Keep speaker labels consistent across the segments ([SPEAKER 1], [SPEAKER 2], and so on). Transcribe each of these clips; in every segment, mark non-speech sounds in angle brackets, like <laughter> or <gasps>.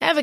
[SPEAKER 1] Ever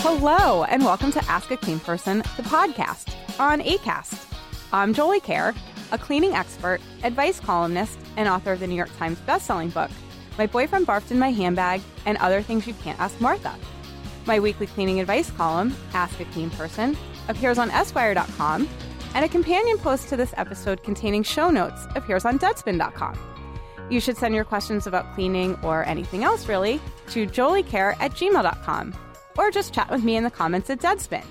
[SPEAKER 2] Hello, and welcome to Ask a Clean Person, the podcast on ACAST. I'm Jolie Kerr, a cleaning expert, advice columnist, and author of the New York Times bestselling book, My Boyfriend Barfed in My Handbag and Other Things You Can't Ask Martha. My weekly cleaning advice column, Ask a Clean Person, appears on Esquire.com, and a companion post to this episode containing show notes appears on Deadspin.com. You should send your questions about cleaning or anything else really to joliecare at gmail.com or just chat with me in the comments at Deadspin.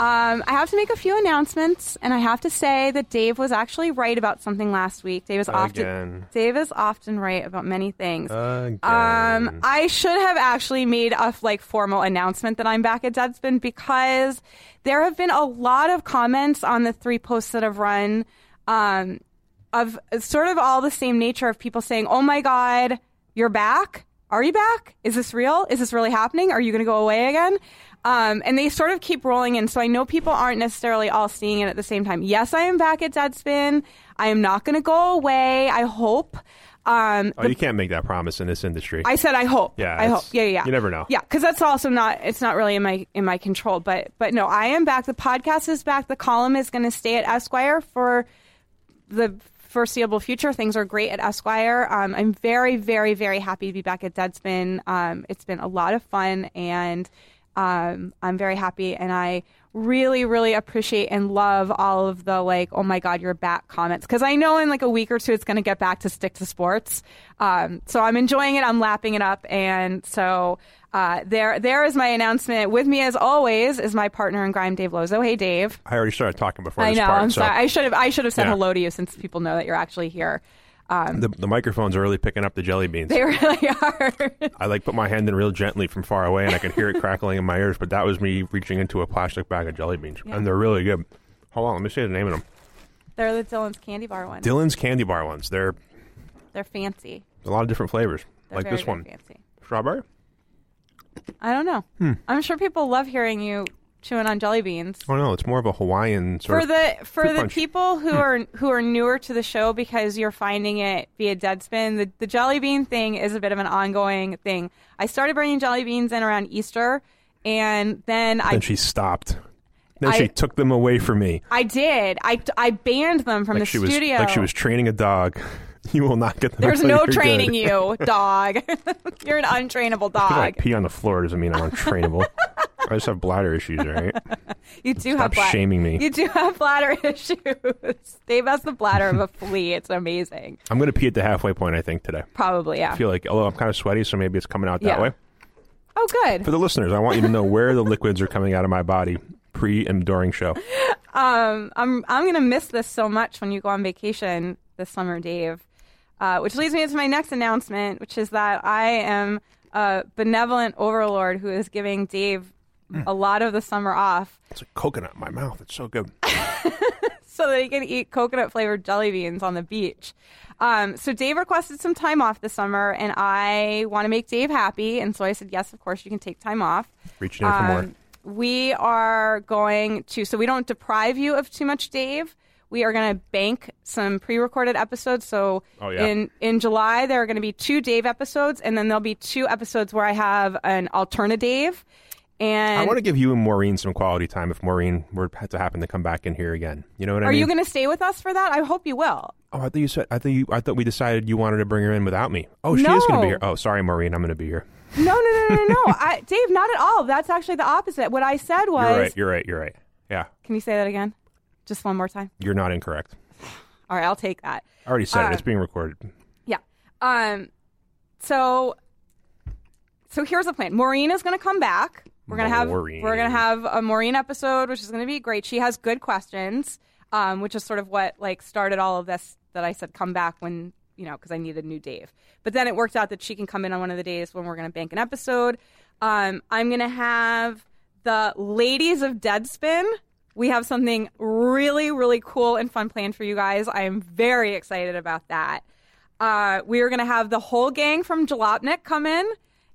[SPEAKER 2] Um, I have to make a few announcements, and I have to say that Dave was actually right about something last week. Dave is often
[SPEAKER 3] Again.
[SPEAKER 2] Dave is often right about many things.
[SPEAKER 3] Again.
[SPEAKER 2] Um, I should have actually made a like formal announcement that I'm back at Deadspin because there have been a lot of comments on the three posts that have run, um, of sort of all the same nature of people saying, "Oh my God, you're back! Are you back? Is this real? Is this really happening? Are you going to go away again?" Um, and they sort of keep rolling in, so I know people aren't necessarily all seeing it at the same time. Yes, I am back at Deadspin. I am not going to go away. I hope. Um,
[SPEAKER 3] oh, you can't make that promise in this industry.
[SPEAKER 2] I said I hope.
[SPEAKER 3] Yeah,
[SPEAKER 2] I
[SPEAKER 3] it's-
[SPEAKER 2] hope. Yeah, yeah, yeah.
[SPEAKER 3] you never know.
[SPEAKER 2] Yeah, because that's also not. It's not really in my in my control. But but no, I am back. The podcast is back. The column is going to stay at Esquire for the foreseeable future. Things are great at Esquire. Um, I'm very very very happy to be back at Deadspin. Um, it's been a lot of fun, and um, I'm very happy. And I really really appreciate and love all of the like oh my god you're back comments because i know in like a week or two it's going to get back to stick to sports um, so i'm enjoying it i'm lapping it up and so uh, there there is my announcement with me as always is my partner in grime dave lozo hey dave
[SPEAKER 3] I already started talking before
[SPEAKER 2] i
[SPEAKER 3] this
[SPEAKER 2] know
[SPEAKER 3] part.
[SPEAKER 2] i'm
[SPEAKER 3] so
[SPEAKER 2] sorry i should have i should have said
[SPEAKER 3] Yeah.
[SPEAKER 2] hello to you since people know that you're actually here <laughs>
[SPEAKER 3] the, the microphones are really picking up the jelly beans.
[SPEAKER 2] they really are
[SPEAKER 3] I like put my hand in real gently from far away, and I can hear it crackling in my ears. But that was me reaching into a plastic bag of jelly beans, and they're really good. Hold on, let me say the name of them.
[SPEAKER 2] <laughs> they're the dylan's candy bar ones
[SPEAKER 3] Dylan's candy bar ones. They're
[SPEAKER 2] they're fancy
[SPEAKER 3] a lot of different flavors,
[SPEAKER 2] they're
[SPEAKER 3] like
[SPEAKER 2] very,
[SPEAKER 3] this
[SPEAKER 2] very
[SPEAKER 3] one,
[SPEAKER 2] fancy
[SPEAKER 3] strawberry.
[SPEAKER 2] i don't know
[SPEAKER 3] Hmm.
[SPEAKER 2] i'm sure people love hearing you chewing on jelly beans
[SPEAKER 3] Oh no, it's more of a Hawaiian sort
[SPEAKER 2] for
[SPEAKER 3] of.
[SPEAKER 2] the for
[SPEAKER 3] fruit
[SPEAKER 2] the
[SPEAKER 3] punch. Hmm.
[SPEAKER 2] people who are who are newer to the show because you're finding it via Deadspin, the, the jelly bean thing is a bit of an ongoing thing. I started bringing jelly beans in around Easter, and then I
[SPEAKER 3] then she stopped. Then
[SPEAKER 2] I-
[SPEAKER 3] she took them away from me.
[SPEAKER 2] I did I, I banned them from
[SPEAKER 3] Like
[SPEAKER 2] the
[SPEAKER 3] she
[SPEAKER 2] studio.
[SPEAKER 3] was like she was training a dog. <laughs> You will not get them.
[SPEAKER 2] There's
[SPEAKER 3] until
[SPEAKER 2] no
[SPEAKER 3] <laughs> you're
[SPEAKER 2] training
[SPEAKER 3] good.
[SPEAKER 2] you, dog. <laughs> you're an untrainable
[SPEAKER 3] If I
[SPEAKER 2] dog.
[SPEAKER 3] pee on the floor doesn't mean I'm untrainable. <laughs> I just have bladder issues, all right?
[SPEAKER 2] You do have
[SPEAKER 3] Stop
[SPEAKER 2] bladder.
[SPEAKER 3] shaming me.
[SPEAKER 2] You do have bladder <laughs> issues. <laughs> Dave has the bladder of a flea. It's amazing.
[SPEAKER 3] I'm going to pee at the halfway point, I think, today.
[SPEAKER 2] Probably yeah.
[SPEAKER 3] I feel like, although I'm kind of sweaty, so maybe it's coming out that
[SPEAKER 2] Yeah.
[SPEAKER 3] way.
[SPEAKER 2] oh good.
[SPEAKER 3] For the listeners, I want you to know where the liquids are coming out of my body pre and during show.
[SPEAKER 2] um, I'm I'm gonna miss this so much when you go on vacation this summer, Dave. Uh, which leads me into my next announcement, which is that I am a benevolent overlord who is giving Dave
[SPEAKER 3] Mm.
[SPEAKER 2] a lot of the summer off
[SPEAKER 3] It's a coconut in my mouth. It's so good.
[SPEAKER 2] so that he can eat coconut flavored jelly beans on the beach. Um, so Dave requested some time off this summer, and I want to make Dave happy, and so I said yes, of course you can take time off.
[SPEAKER 3] Reaching in for more.
[SPEAKER 2] Um, we are going to, so we don't deprive you of too much, Dave. We are going to bank some pre-recorded episodes. So
[SPEAKER 3] Oh, yeah.
[SPEAKER 2] in in July there are going to be two Dave episodes, and then there'll be two episodes where I have an alterna Dave. And
[SPEAKER 3] I want to give you and Maureen some quality time if Maureen were to happen to come back in here again. You know what I
[SPEAKER 2] are
[SPEAKER 3] mean?
[SPEAKER 2] you going to stay with us for that? I hope you will.
[SPEAKER 3] oh, I thought you said I thought you I thought we decided you wanted to bring her in without me. Oh, she
[SPEAKER 2] No.
[SPEAKER 3] is going to be here. Oh, sorry, Maureen, I'm going to be here.
[SPEAKER 2] No, no, no, no, no, no, I, Dave. Not at all. That's actually the opposite. What I said was,
[SPEAKER 3] You're right. You're right. You're right. Yeah,
[SPEAKER 2] can you say that again? Just one more time.
[SPEAKER 3] you're not incorrect.
[SPEAKER 2] All right, I'll take that.
[SPEAKER 3] I already said
[SPEAKER 2] Uh,
[SPEAKER 3] it. It's being recorded.
[SPEAKER 2] Yeah. Um. So. So here's the plan. Maureen is going to come back. We're going to have
[SPEAKER 3] Maureen.
[SPEAKER 2] we're going to have a Maureen episode, which is going to be great. She has good questions. um, which is sort of what like started all of this that I said come back when you know because I needed new Dave. But then it worked out that she can come in on one of the days when we're going to bank an episode. Um, I'm going to have the ladies of Deadspin. We have something really really cool and fun planned for you guys. I am very excited about that. Uh, we are going to have the whole gang from Jalopnik come in,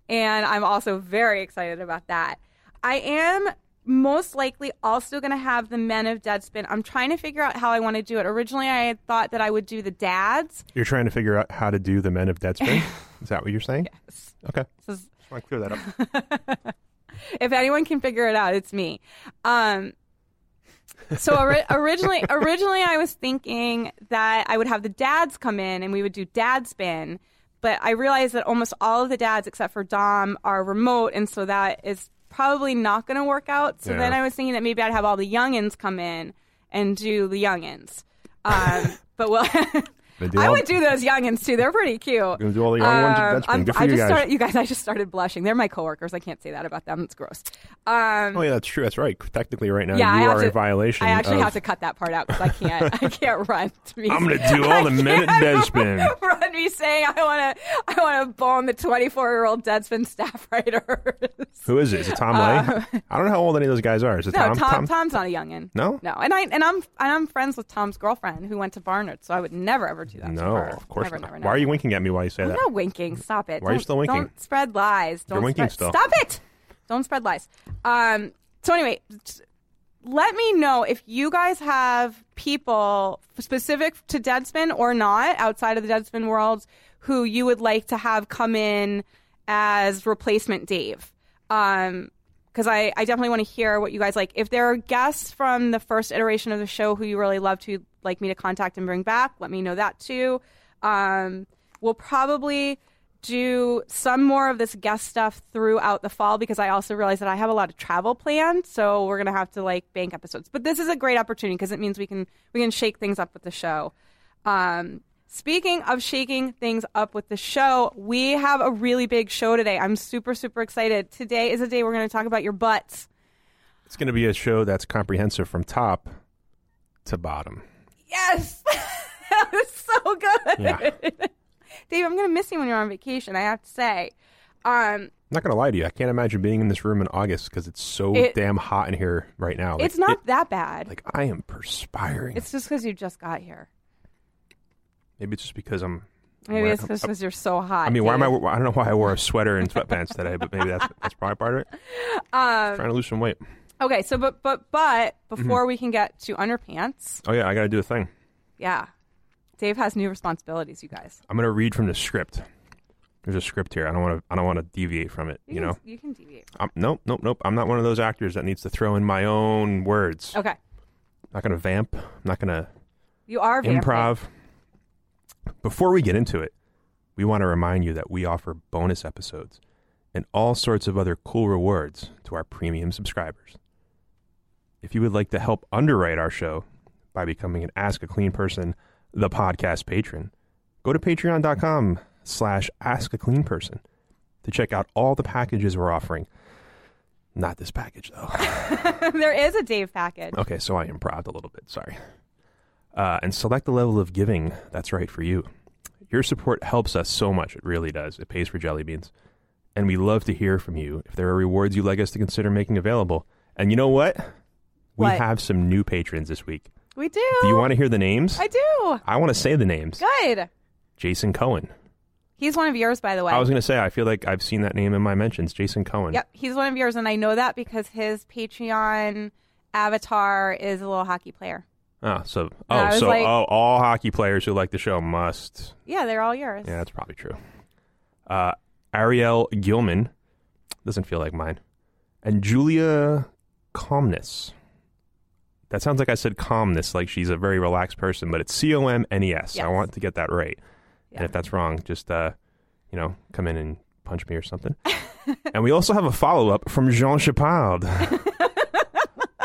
[SPEAKER 2] and I'm also very excited about that. I am most likely also going to have the men of Deadspin. I'm trying to figure out how I want to do it. Originally, I had thought that I would do the dads.
[SPEAKER 3] You're trying to figure out how to do the men of
[SPEAKER 2] <laughs>
[SPEAKER 3] Deadspin. Is that what you're saying? Yes. Okay.
[SPEAKER 2] This is-
[SPEAKER 3] Just want to clear that up.
[SPEAKER 2] if anyone can figure it out, it's me. Um, so
[SPEAKER 3] <laughs>
[SPEAKER 2] ori- originally, originally I was thinking that I would have the dads come in and we would do dad spin, but I realized that almost all of the dads except for Dom are remote, and so that is probably not going to work out. So
[SPEAKER 3] Yeah.
[SPEAKER 2] then I was thinking that maybe I'd have all the youngins come in and do the youngins. Um, but well, <laughs>
[SPEAKER 3] They do
[SPEAKER 2] I
[SPEAKER 3] all-
[SPEAKER 2] would do those youngins too. They're pretty cute.
[SPEAKER 3] Gonna do all the young ones at
[SPEAKER 2] Um,
[SPEAKER 3] Deadspin.
[SPEAKER 2] I'm-
[SPEAKER 3] Good for
[SPEAKER 2] I
[SPEAKER 3] you
[SPEAKER 2] just
[SPEAKER 3] guys.
[SPEAKER 2] started, you guys. I just started blushing. They're my coworkers. I can't say that about them. It's gross. Um,
[SPEAKER 3] Oh yeah, that's true. That's right. Technically, right now
[SPEAKER 2] yeah, I
[SPEAKER 3] you
[SPEAKER 2] have
[SPEAKER 3] are
[SPEAKER 2] to-
[SPEAKER 3] in violation.
[SPEAKER 2] I actually
[SPEAKER 3] of,
[SPEAKER 2] have to cut that part out because I can't.
[SPEAKER 3] <laughs>
[SPEAKER 2] I can't run. To me,
[SPEAKER 3] I'm gonna
[SPEAKER 2] <laughs>
[SPEAKER 3] do all the men at Deadspin.
[SPEAKER 2] run me saying I want to. I want to bone the 24 year old Deadspin staff <laughs> writer.
[SPEAKER 3] Who is it? Is it
[SPEAKER 2] <laughs>
[SPEAKER 3] Tom Lay? I don't know how old any of those guys are. Is it
[SPEAKER 2] Uh, no, Tom,
[SPEAKER 3] Tom?
[SPEAKER 2] Tom's not a youngin.
[SPEAKER 3] No?
[SPEAKER 2] no, and I and I'm and I'm friends with Tom's girlfriend who went to Barnard, so I would never ever do that. to
[SPEAKER 3] No,
[SPEAKER 2] her.
[SPEAKER 3] of course
[SPEAKER 2] Never,
[SPEAKER 3] not.
[SPEAKER 2] never,
[SPEAKER 3] Why are
[SPEAKER 2] never.
[SPEAKER 3] you winking at me while you say
[SPEAKER 2] I'm
[SPEAKER 3] that?
[SPEAKER 2] not winking. Stop it.
[SPEAKER 3] Why are you
[SPEAKER 2] Don't-
[SPEAKER 3] still winking?
[SPEAKER 2] Don't spread lies. Don't
[SPEAKER 3] You're winking
[SPEAKER 2] spread-
[SPEAKER 3] still.
[SPEAKER 2] Stop it. Don't spread lies. Um, so anyway, t- let me know if you guys have people specific to Deadspin or not outside of the Deadspin world who you would like to have come in as replacement Dave. Um, because I, I definitely want to hear what you guys like. If there are guests from the first iteration of the show who you really loved, who like me to contact and bring back, let me know that too. Um, we'll probably do some more of this guest stuff throughout the fall because I also realize that I have a lot of travel planned, so we're gonna have to like bank episodes. But this is a great opportunity because it means we can we can shake things up with the show. Um, speaking of shaking things up with the show, we have a really big show today. I'm super super excited. Today is a day we're gonna talk about your butts.
[SPEAKER 3] It's going to be a show that's comprehensive from top to bottom.
[SPEAKER 2] Yes, <laughs> that was so good.
[SPEAKER 3] Yeah.
[SPEAKER 2] <laughs> Dave, I'm gonna miss you when you're on vacation. I have to say. Um,
[SPEAKER 3] I'm not going to lie to you. I can't imagine being in this room in August because it's so
[SPEAKER 2] It-
[SPEAKER 3] damn hot in here right now. Like,
[SPEAKER 2] it's not
[SPEAKER 3] it-
[SPEAKER 2] that bad.
[SPEAKER 3] like I am perspiring.
[SPEAKER 2] It's just because you just got here.
[SPEAKER 3] Maybe it's just because I'm.
[SPEAKER 2] Maybe
[SPEAKER 3] wearing-
[SPEAKER 2] it's just because you're so hot.
[SPEAKER 3] I mean, why am I?
[SPEAKER 2] Dave.
[SPEAKER 3] I don't know why I wore a sweater and sweatpants today, but maybe that's that's probably part of it. Trying to lose some weight.
[SPEAKER 2] Okay, so but but but
[SPEAKER 3] Mm-hmm.
[SPEAKER 2] before we can get to underpants,
[SPEAKER 3] Oh yeah, I got to do a thing.
[SPEAKER 2] yeah, Dave has new responsibilities. You guys,
[SPEAKER 3] I'm going to read from the script. There's a script here. I don't want to. I don't want to deviate from it. You,
[SPEAKER 2] can,
[SPEAKER 3] know.
[SPEAKER 2] you can deviate.
[SPEAKER 3] I'm, nope, nope, nope. I'm not one of those actors that needs to throw in my own words.
[SPEAKER 2] Okay,
[SPEAKER 3] I'm not going to vamp. I'm not going to
[SPEAKER 2] you are vamping.
[SPEAKER 3] improv. Before we get into it, we want to remind you that we offer bonus episodes and all sorts of other cool rewards to our premium subscribers. If you would like to help underwrite our show by becoming an Ask a Clean Person, the podcast patron, go to patreon.com slash ask a clean person to check out all the packages we're offering. Not this package though.
[SPEAKER 2] <laughs> there is a Dave package.
[SPEAKER 3] Okay, so I improved a little bit. Sorry. Uh, and select the level of giving that's right for you. Your support helps us so much. It really does. It pays for jelly beans. And we love to hear from you. If there are rewards you'd like us to consider making available. And you know what? We
[SPEAKER 2] What?
[SPEAKER 3] have some new patrons this week.
[SPEAKER 2] We do.
[SPEAKER 3] Do you want to hear the names?
[SPEAKER 2] I do.
[SPEAKER 3] want to say the names.
[SPEAKER 2] Good.
[SPEAKER 3] Jason Cohen.
[SPEAKER 2] He's one of yours, by the way.
[SPEAKER 3] I was going to say, I feel like I've seen that name in my mentions. Jason Cohen.
[SPEAKER 2] Yep, he's one of yours, and I know that because his Patreon avatar is a little hockey player.
[SPEAKER 3] Oh, so,
[SPEAKER 2] I
[SPEAKER 3] oh,
[SPEAKER 2] was
[SPEAKER 3] so
[SPEAKER 2] like-
[SPEAKER 3] oh, all hockey players who like the show must
[SPEAKER 2] Yeah, they're all yours.
[SPEAKER 3] Yeah, that's probably true. Uh, Ariel Gilman doesn't feel like mine, and Julia Calmness. That sounds like I said calmness, like she's a very relaxed person, but it's C O M N E S. I
[SPEAKER 2] Yes.
[SPEAKER 3] want to get that right, and
[SPEAKER 2] Yeah.
[SPEAKER 3] if that's wrong, just uh, you know, come in and punch me or something. <laughs> and we also have a follow up from
[SPEAKER 2] <laughs>
[SPEAKER 3] Jean Chapard,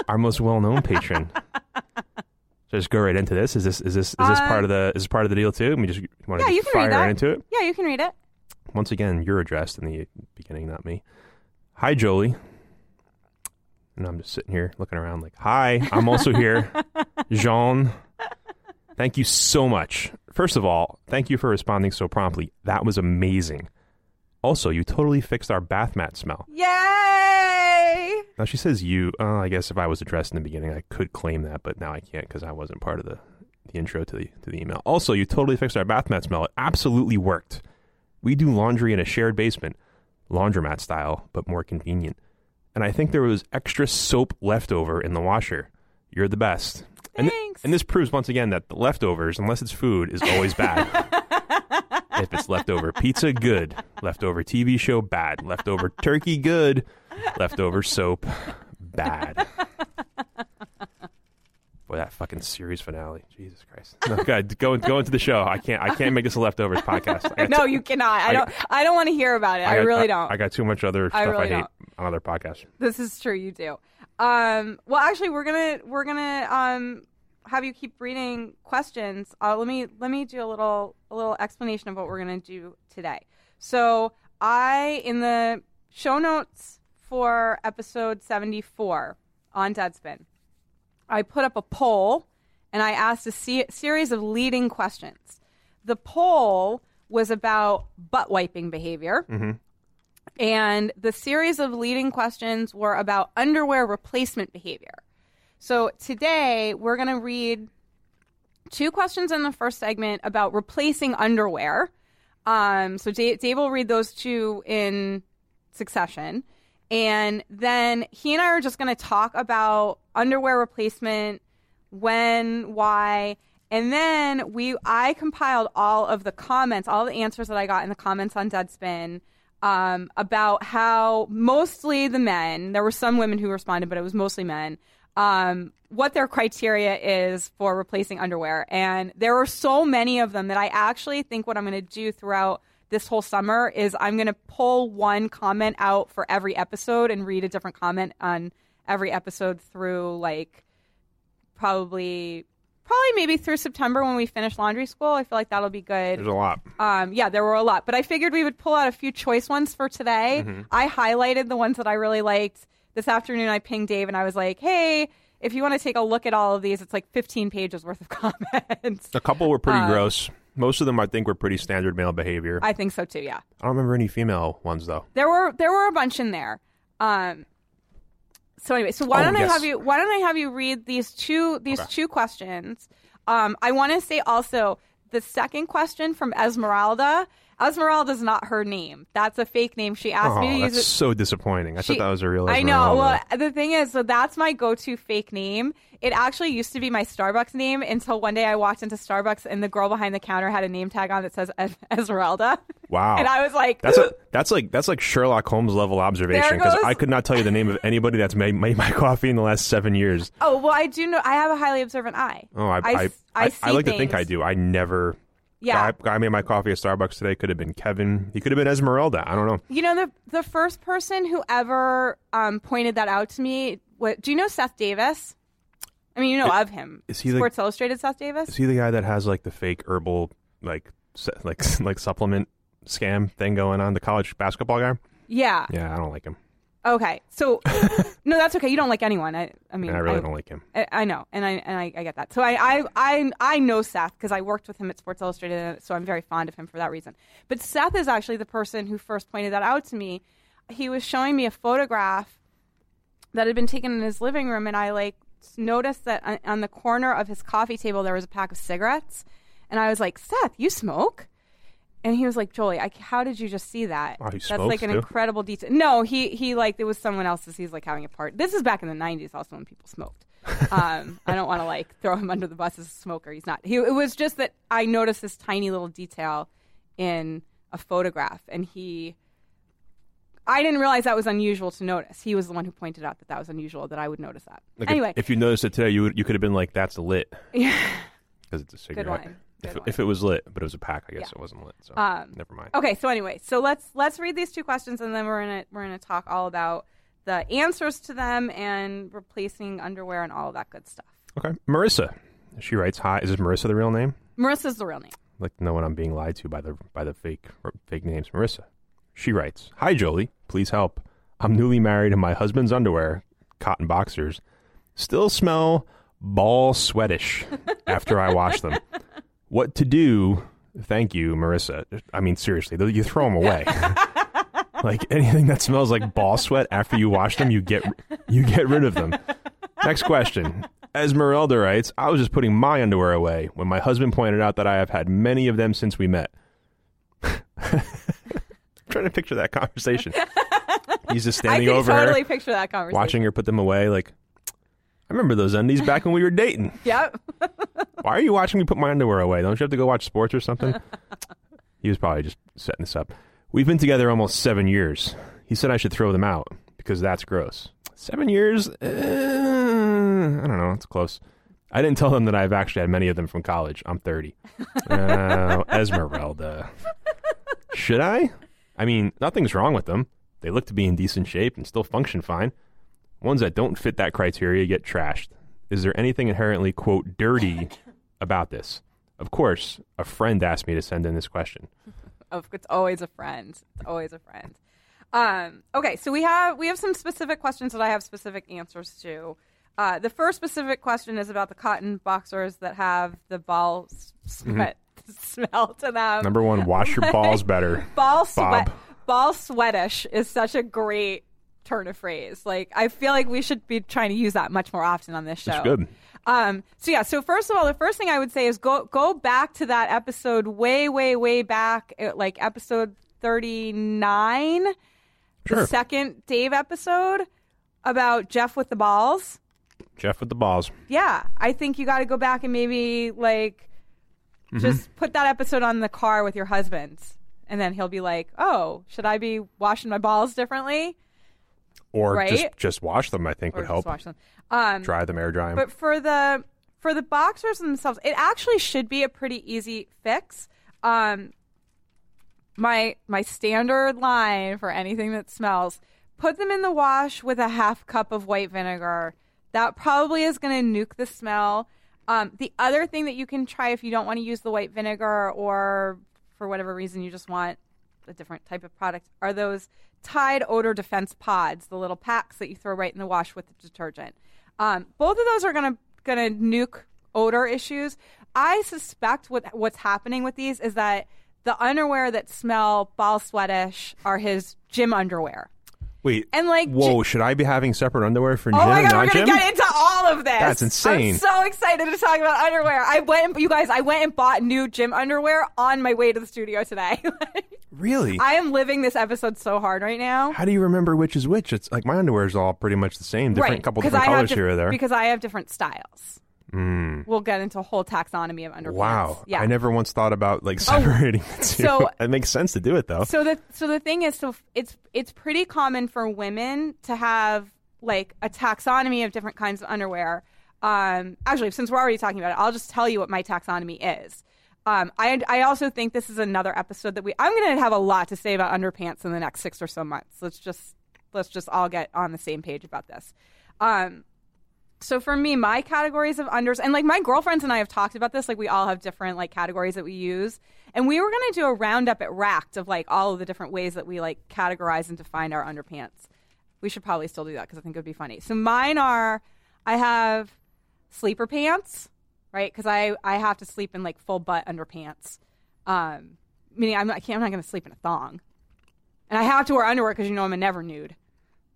[SPEAKER 3] our most well known patron. So just go right into this. Is this is this is this
[SPEAKER 2] Uh,
[SPEAKER 3] part of the is this part of the deal too? We just want
[SPEAKER 2] Yeah,
[SPEAKER 3] to
[SPEAKER 2] you can
[SPEAKER 3] fire
[SPEAKER 2] read that.
[SPEAKER 3] right into it.
[SPEAKER 2] Yeah, you can read it.
[SPEAKER 3] Once again, you're addressed in the beginning, not me. Hi, Jolie. And I'm just sitting here looking around like, hi, I'm
[SPEAKER 2] <laughs>
[SPEAKER 3] also here. Jean, thank you so much. First of all, thank you for responding so promptly. That was amazing. Also, you totally fixed our bath mat smell.
[SPEAKER 2] Yay!
[SPEAKER 3] Now she says you. Uh, I guess if I was addressed in the beginning, I could claim that, but now I can't because I wasn't part of the, the intro to the to the email. Also, you totally fixed our bath mat smell. It absolutely worked. We do laundry in a shared basement, laundromat style, but more convenient. And I think there was extra soap left over in the washer. You're the best. And, thi-
[SPEAKER 2] Thanks.
[SPEAKER 3] and this proves once again that the leftovers, unless it's food, is always bad. if it's leftover pizza, good. Leftover TV show, bad. Leftover turkey, good. Leftover soap,
[SPEAKER 2] <laughs>
[SPEAKER 3] bad. Boy, that fucking series finale. Jesus
[SPEAKER 2] <laughs>
[SPEAKER 3] Christ. No, God, go go into the show. I can't I can't make this a leftovers
[SPEAKER 2] <laughs>
[SPEAKER 3] podcast. I got
[SPEAKER 2] No,
[SPEAKER 3] too-
[SPEAKER 2] you cannot. I
[SPEAKER 3] I
[SPEAKER 2] don't. I don't want to hear about it. I,
[SPEAKER 3] got-
[SPEAKER 2] really
[SPEAKER 3] I,
[SPEAKER 2] don't.
[SPEAKER 3] I got too much other stuff
[SPEAKER 2] I
[SPEAKER 3] I,
[SPEAKER 2] really
[SPEAKER 3] hate
[SPEAKER 2] don't.
[SPEAKER 3] on other podcasts.
[SPEAKER 2] This is true. You do. Um, well, actually, we're gonna we're gonna um, have you keep reading questions. Uh, let me let me do a little a little explanation of what we're gonna do today. So I in the show notes for episode seventy four on Deadspin, I put up a poll and I asked a se- series of leading questions. The poll was about butt wiping behavior. And the series of leading questions were about underwear replacement behavior. So today we're going to read two questions in the first segment about replacing underwear. Um, so Dave, Dave will read those two in succession. And then he and I are just going to talk about underwear replacement, when, why. And then we, I compiled all of the comments, all the answers that I got in the comments on Deadspin um, about how mostly the men, there were some women who responded, but it was mostly men, um, what their criteria is for replacing underwear. And there were so many of them that I actually think what I'm going to do throughout this whole summer is I'm going to pull one comment out for every episode and read a different comment on every episode through like probably probably maybe through September when we finish laundry school. I feel like that'll be good
[SPEAKER 3] There's a lot.
[SPEAKER 2] um, yeah, there were a lot, but I figured we would pull out a few choice ones for today.
[SPEAKER 3] Mm-hmm.
[SPEAKER 2] I highlighted the ones that I really liked. This afternoon, I pinged Dave and I was like, hey, if you want to take a look at all of these, it's like 15 pages worth of <laughs>
[SPEAKER 3] <laughs>
[SPEAKER 2] comments.
[SPEAKER 3] A couple were pretty gross. Most of them I think were pretty standard male behavior. I,
[SPEAKER 2] Uh, I think so too, yeah.
[SPEAKER 3] don't remember any female ones though.
[SPEAKER 2] There were there were a bunch in there. Um, so anyway, so why
[SPEAKER 3] Oh,
[SPEAKER 2] don't
[SPEAKER 3] yes.
[SPEAKER 2] I have you why don't I have you read these two these two questions? Um, I want to say also the second question from Esmeralda. Esmeralda's not her name. That's a fake name. She asked me to
[SPEAKER 3] Oh,
[SPEAKER 2] use
[SPEAKER 3] that's
[SPEAKER 2] it.
[SPEAKER 3] so disappointing. I
[SPEAKER 2] She-
[SPEAKER 3] thought that was a real
[SPEAKER 2] I know.
[SPEAKER 3] Esmeralda.
[SPEAKER 2] Well, the thing is, so that's my go-to fake name. It actually used to be my Starbucks name until one day I walked into Starbucks and the girl behind the counter had a name tag on that says Es- Esmeralda, <laughs>
[SPEAKER 3] Wow.
[SPEAKER 2] and I was like,
[SPEAKER 3] That's a, that's like that's like Sherlock Holmes level observation
[SPEAKER 2] There
[SPEAKER 3] because
[SPEAKER 2] goes-
[SPEAKER 3] I could not tell you the name of anybody that's made, made my coffee in the last seven years.
[SPEAKER 2] "Oh, well, I do know. I have a highly observant eye.
[SPEAKER 3] Oh, I I,
[SPEAKER 2] I
[SPEAKER 3] I,
[SPEAKER 2] s- I
[SPEAKER 3] I
[SPEAKER 2] see
[SPEAKER 3] like to think
[SPEAKER 2] things.
[SPEAKER 3] I do. I never.
[SPEAKER 2] Yeah,
[SPEAKER 3] Guy, guy made my coffee at Starbucks today. Could have been Kevin. He could have been Esmeralda. I don't know.
[SPEAKER 2] you know the the first person who ever um, pointed that out to me. What do you know, Seth Davis? I mean, you know of him.
[SPEAKER 3] is he the-
[SPEAKER 2] Sports Illustrated Seth Davis?
[SPEAKER 3] Is he the guy that has like the fake herbal like se- like <laughs> like supplement scam thing going on? The college basketball guy.
[SPEAKER 2] yeah.
[SPEAKER 3] Yeah, I don't like him.
[SPEAKER 2] Okay.
[SPEAKER 3] <laughs>
[SPEAKER 2] So, no, that's okay. You don't like anyone. I, I mean,
[SPEAKER 3] And I really don't like him.
[SPEAKER 2] I, I know, and I and I, I get that. So I I I, I know Seth because I worked with him at Sports Illustrated, so I'm very fond of him for that reason. But Seth is actually the person who first pointed that out to me. He was showing me a photograph that had been taken in his living room, and I like noticed that on, on the corner of his coffee table there was a pack of cigarettes, and I was like, Seth, you smoke? And he was like, Jolie, I, how did you just see that?
[SPEAKER 3] Wow, Oh, he
[SPEAKER 2] That's
[SPEAKER 3] smokes,
[SPEAKER 2] like an
[SPEAKER 3] too?
[SPEAKER 2] incredible detail. No, he he like it was someone else's. He's like having a part. This is back in the '90s, also when people
[SPEAKER 3] <laughs>
[SPEAKER 2] smoked. Um, I don't want to like throw him under the bus as a smoker. He's not. He, it was just that I noticed this tiny little detail in a photograph, and he. I didn't realize that was unusual to notice. He was the one who pointed out that that was unusual that I would notice that.
[SPEAKER 3] Like, if-
[SPEAKER 2] anyway,
[SPEAKER 3] if, you noticed it today, you would- you could have been like,
[SPEAKER 2] <laughs>
[SPEAKER 3] "That's lit," because it's a cigarette.
[SPEAKER 2] one.
[SPEAKER 3] If,
[SPEAKER 2] Good
[SPEAKER 3] if it was lit, but it was a pack, I guess it wasn't lit. So
[SPEAKER 2] Um,
[SPEAKER 3] never mind.
[SPEAKER 2] Okay, so anyway, so let's let's read these two questions and then we're gonna we're gonna talk all about the answers to them and replacing underwear and all of that good stuff.
[SPEAKER 3] Okay. Marissa. She writes, "Hi, is this Marissa the real name?
[SPEAKER 2] Marissa's the real name.
[SPEAKER 3] Like no one I'm being lied to by the by the fake or fake names Marissa." She writes, "Hi Jolie, please help. I'm newly married and my husband's underwear cotton boxers still smell ball sweatish after I wash them. What to do? Thank you, Marissa. I mean, seriously, though, you throw
[SPEAKER 2] <laughs>
[SPEAKER 3] them away. like anything that smells like ball sweat after you wash them, you get you get rid of them. Next question. Esmeralda writes, I was just putting my underwear away when my husband pointed out that I have had many of them since we met. <laughs> trying to picture that conversation. He's just
[SPEAKER 2] I
[SPEAKER 3] standing
[SPEAKER 2] can
[SPEAKER 3] over
[SPEAKER 2] totally
[SPEAKER 3] her,
[SPEAKER 2] picture that conversation.
[SPEAKER 3] watching her put them away. Like, I remember those undies back when we
[SPEAKER 2] <laughs>
[SPEAKER 3] were dating.
[SPEAKER 2] Yep.
[SPEAKER 3] Why are you watching me put my underwear away? Don't you have to go watch sports or something? he was probably just setting this up. We've been together almost seven years. He said I should throw them out because that's gross. Seven years? Uh, I don't know. It's close. I didn't tell them that I've actually had many of them from college. I'm 30. Oh, Esmeralda. Should I? I mean, nothing's wrong with them. They look to be in decent shape and still function fine. Ones that don't fit that criteria get trashed. Is there anything inherently, quote, dirty about this? Of course, a friend asked me to send in this question.
[SPEAKER 2] Of it's always a friend. It's always a friend. Um, okay, so we have we have some specific questions that I have specific answers to. Uh, the first specific question is about the cotton boxers that have the ball s- sweat <laughs> smell to them.
[SPEAKER 3] Mm-hmm. Number one, wash your
[SPEAKER 2] <laughs>
[SPEAKER 3] balls better.
[SPEAKER 2] ball sweat
[SPEAKER 3] Bob.
[SPEAKER 2] ball sweatish is such a great turn of phrase. Like I feel like we should be trying to use that much more often on this show.
[SPEAKER 3] It's good.
[SPEAKER 2] Um, so yeah, so first of all, the first thing I would say is go go back to that episode way, way, way back, at, like episode thirty nine,
[SPEAKER 3] Sure.
[SPEAKER 2] the second Dave episode about Jeff with the balls.
[SPEAKER 3] Jeff with the balls.
[SPEAKER 2] Yeah, I think you got to go back and maybe like
[SPEAKER 3] Mm-hmm.
[SPEAKER 2] just put that episode on the car with your husband, and then he'll be like, "Oh, should I be washing my balls differently?"
[SPEAKER 3] Or just
[SPEAKER 2] Right?
[SPEAKER 3] just wash them, I think
[SPEAKER 2] Or
[SPEAKER 3] would help.
[SPEAKER 2] just wash them. Um,
[SPEAKER 3] Dry them, air dry them.
[SPEAKER 2] But for the for the boxers themselves, it actually should be a pretty easy fix. Um, my my standard line for anything that smells: put them in the wash with a half cup of white vinegar. That probably is going to nuke the smell. Um, the other thing that you can try if you don't want to use the white vinegar, or for whatever reason you just want a different type of product, are those Tide odor defense pods, the little packs that you throw right in the wash with the detergent. Um, both of those are going to going to nuke odor issues. I suspect what what's happening with these is that the underwear that smell ball sweatish are his gym underwear.
[SPEAKER 3] Wait.
[SPEAKER 2] and, like,
[SPEAKER 3] whoa,
[SPEAKER 2] ju-
[SPEAKER 3] should I be having separate underwear for
[SPEAKER 2] Oh
[SPEAKER 3] gym
[SPEAKER 2] my
[SPEAKER 3] and
[SPEAKER 2] god, we're
[SPEAKER 3] not
[SPEAKER 2] gonna
[SPEAKER 3] gym?
[SPEAKER 2] get into all of this.
[SPEAKER 3] That's insane.
[SPEAKER 2] I'm so excited to talk about underwear. I went, and, you guys, I went and bought new gym underwear on my way to the studio today. <laughs> Like,
[SPEAKER 3] really?
[SPEAKER 2] I am living this episode so hard right now.
[SPEAKER 3] How do you remember which is which? It's like my underwear is all pretty much the same, different couple
[SPEAKER 2] 'cause
[SPEAKER 3] different
[SPEAKER 2] I have
[SPEAKER 3] colors
[SPEAKER 2] diff-
[SPEAKER 3] here or there. Hmm.
[SPEAKER 2] Because I have different styles. We'll get into a whole taxonomy of underpants.
[SPEAKER 3] Wow,
[SPEAKER 2] Yeah. Oh,
[SPEAKER 3] I never once thought about like separating the two.
[SPEAKER 2] so-
[SPEAKER 3] it makes sense to do it though.
[SPEAKER 2] So the so the thing is, so f- it's it's pretty common for women to have like a taxonomy of different kinds of underwear. Um, actually, since we're already talking about it, I'll just tell you what my taxonomy is. Um, I I also think this is another episode that we I'm going to have a lot to say about underpants in the next six or so months. Let's just let's just all get on the same page about this. Um, so for me, my categories of unders and like my girlfriends and I have talked about this. Like we all have different like categories that we use, and we were gonna do a roundup at Racked of like all of the different ways that we like categorize and define our underpants. We should probably still do that because I think it would be funny. So mine are, I have sleeper pants, right? Because I I have to sleep in like full butt underpants, um, meaning I'm not, I can't, I'm not gonna sleep in a thong, and I have to wear underwear because you know I'm a never nude.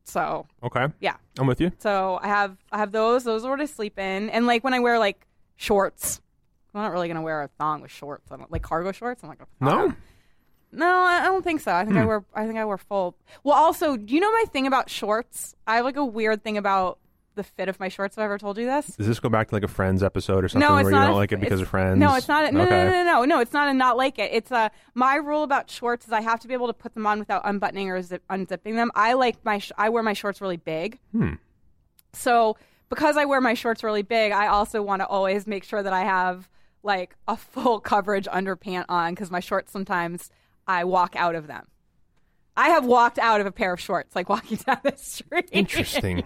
[SPEAKER 2] So
[SPEAKER 3] okay,
[SPEAKER 2] yeah.
[SPEAKER 3] I'm with you.
[SPEAKER 2] So I have I have those. Those are what I sleep in. And like when I wear like shorts, I'm not really gonna wear a thong with shorts. I'm, like cargo shorts. I'm not gonna.
[SPEAKER 3] No,
[SPEAKER 2] No, I I don't think so. I think I wear I think I wear full. Well, also, do you know my thing about shorts? I have like a weird thing about the fit of my shorts. Have I ever told you this?
[SPEAKER 3] does this go back to like a Friends episode or something
[SPEAKER 2] No,
[SPEAKER 3] where
[SPEAKER 2] it's
[SPEAKER 3] you
[SPEAKER 2] not.
[SPEAKER 3] don't
[SPEAKER 2] a-
[SPEAKER 3] like it because
[SPEAKER 2] it's-
[SPEAKER 3] of Friends?
[SPEAKER 2] No, it's not. A, no,
[SPEAKER 3] okay.
[SPEAKER 2] no, no, <laughs> no, no, no. It's not a not like it. It's a my rule about shorts is I have to be able to put them on without unbuttoning or zip, unzipping them. I like my. Sh- I wear my shorts really big.
[SPEAKER 3] Hmm.
[SPEAKER 2] So because I wear my shorts really big, I also want to always make sure that I have like a full <laughs> coverage underpant on because my shorts sometimes I walk out of them. I have walked out of a pair of shorts, like walking <laughs> down the street.
[SPEAKER 3] Interesting.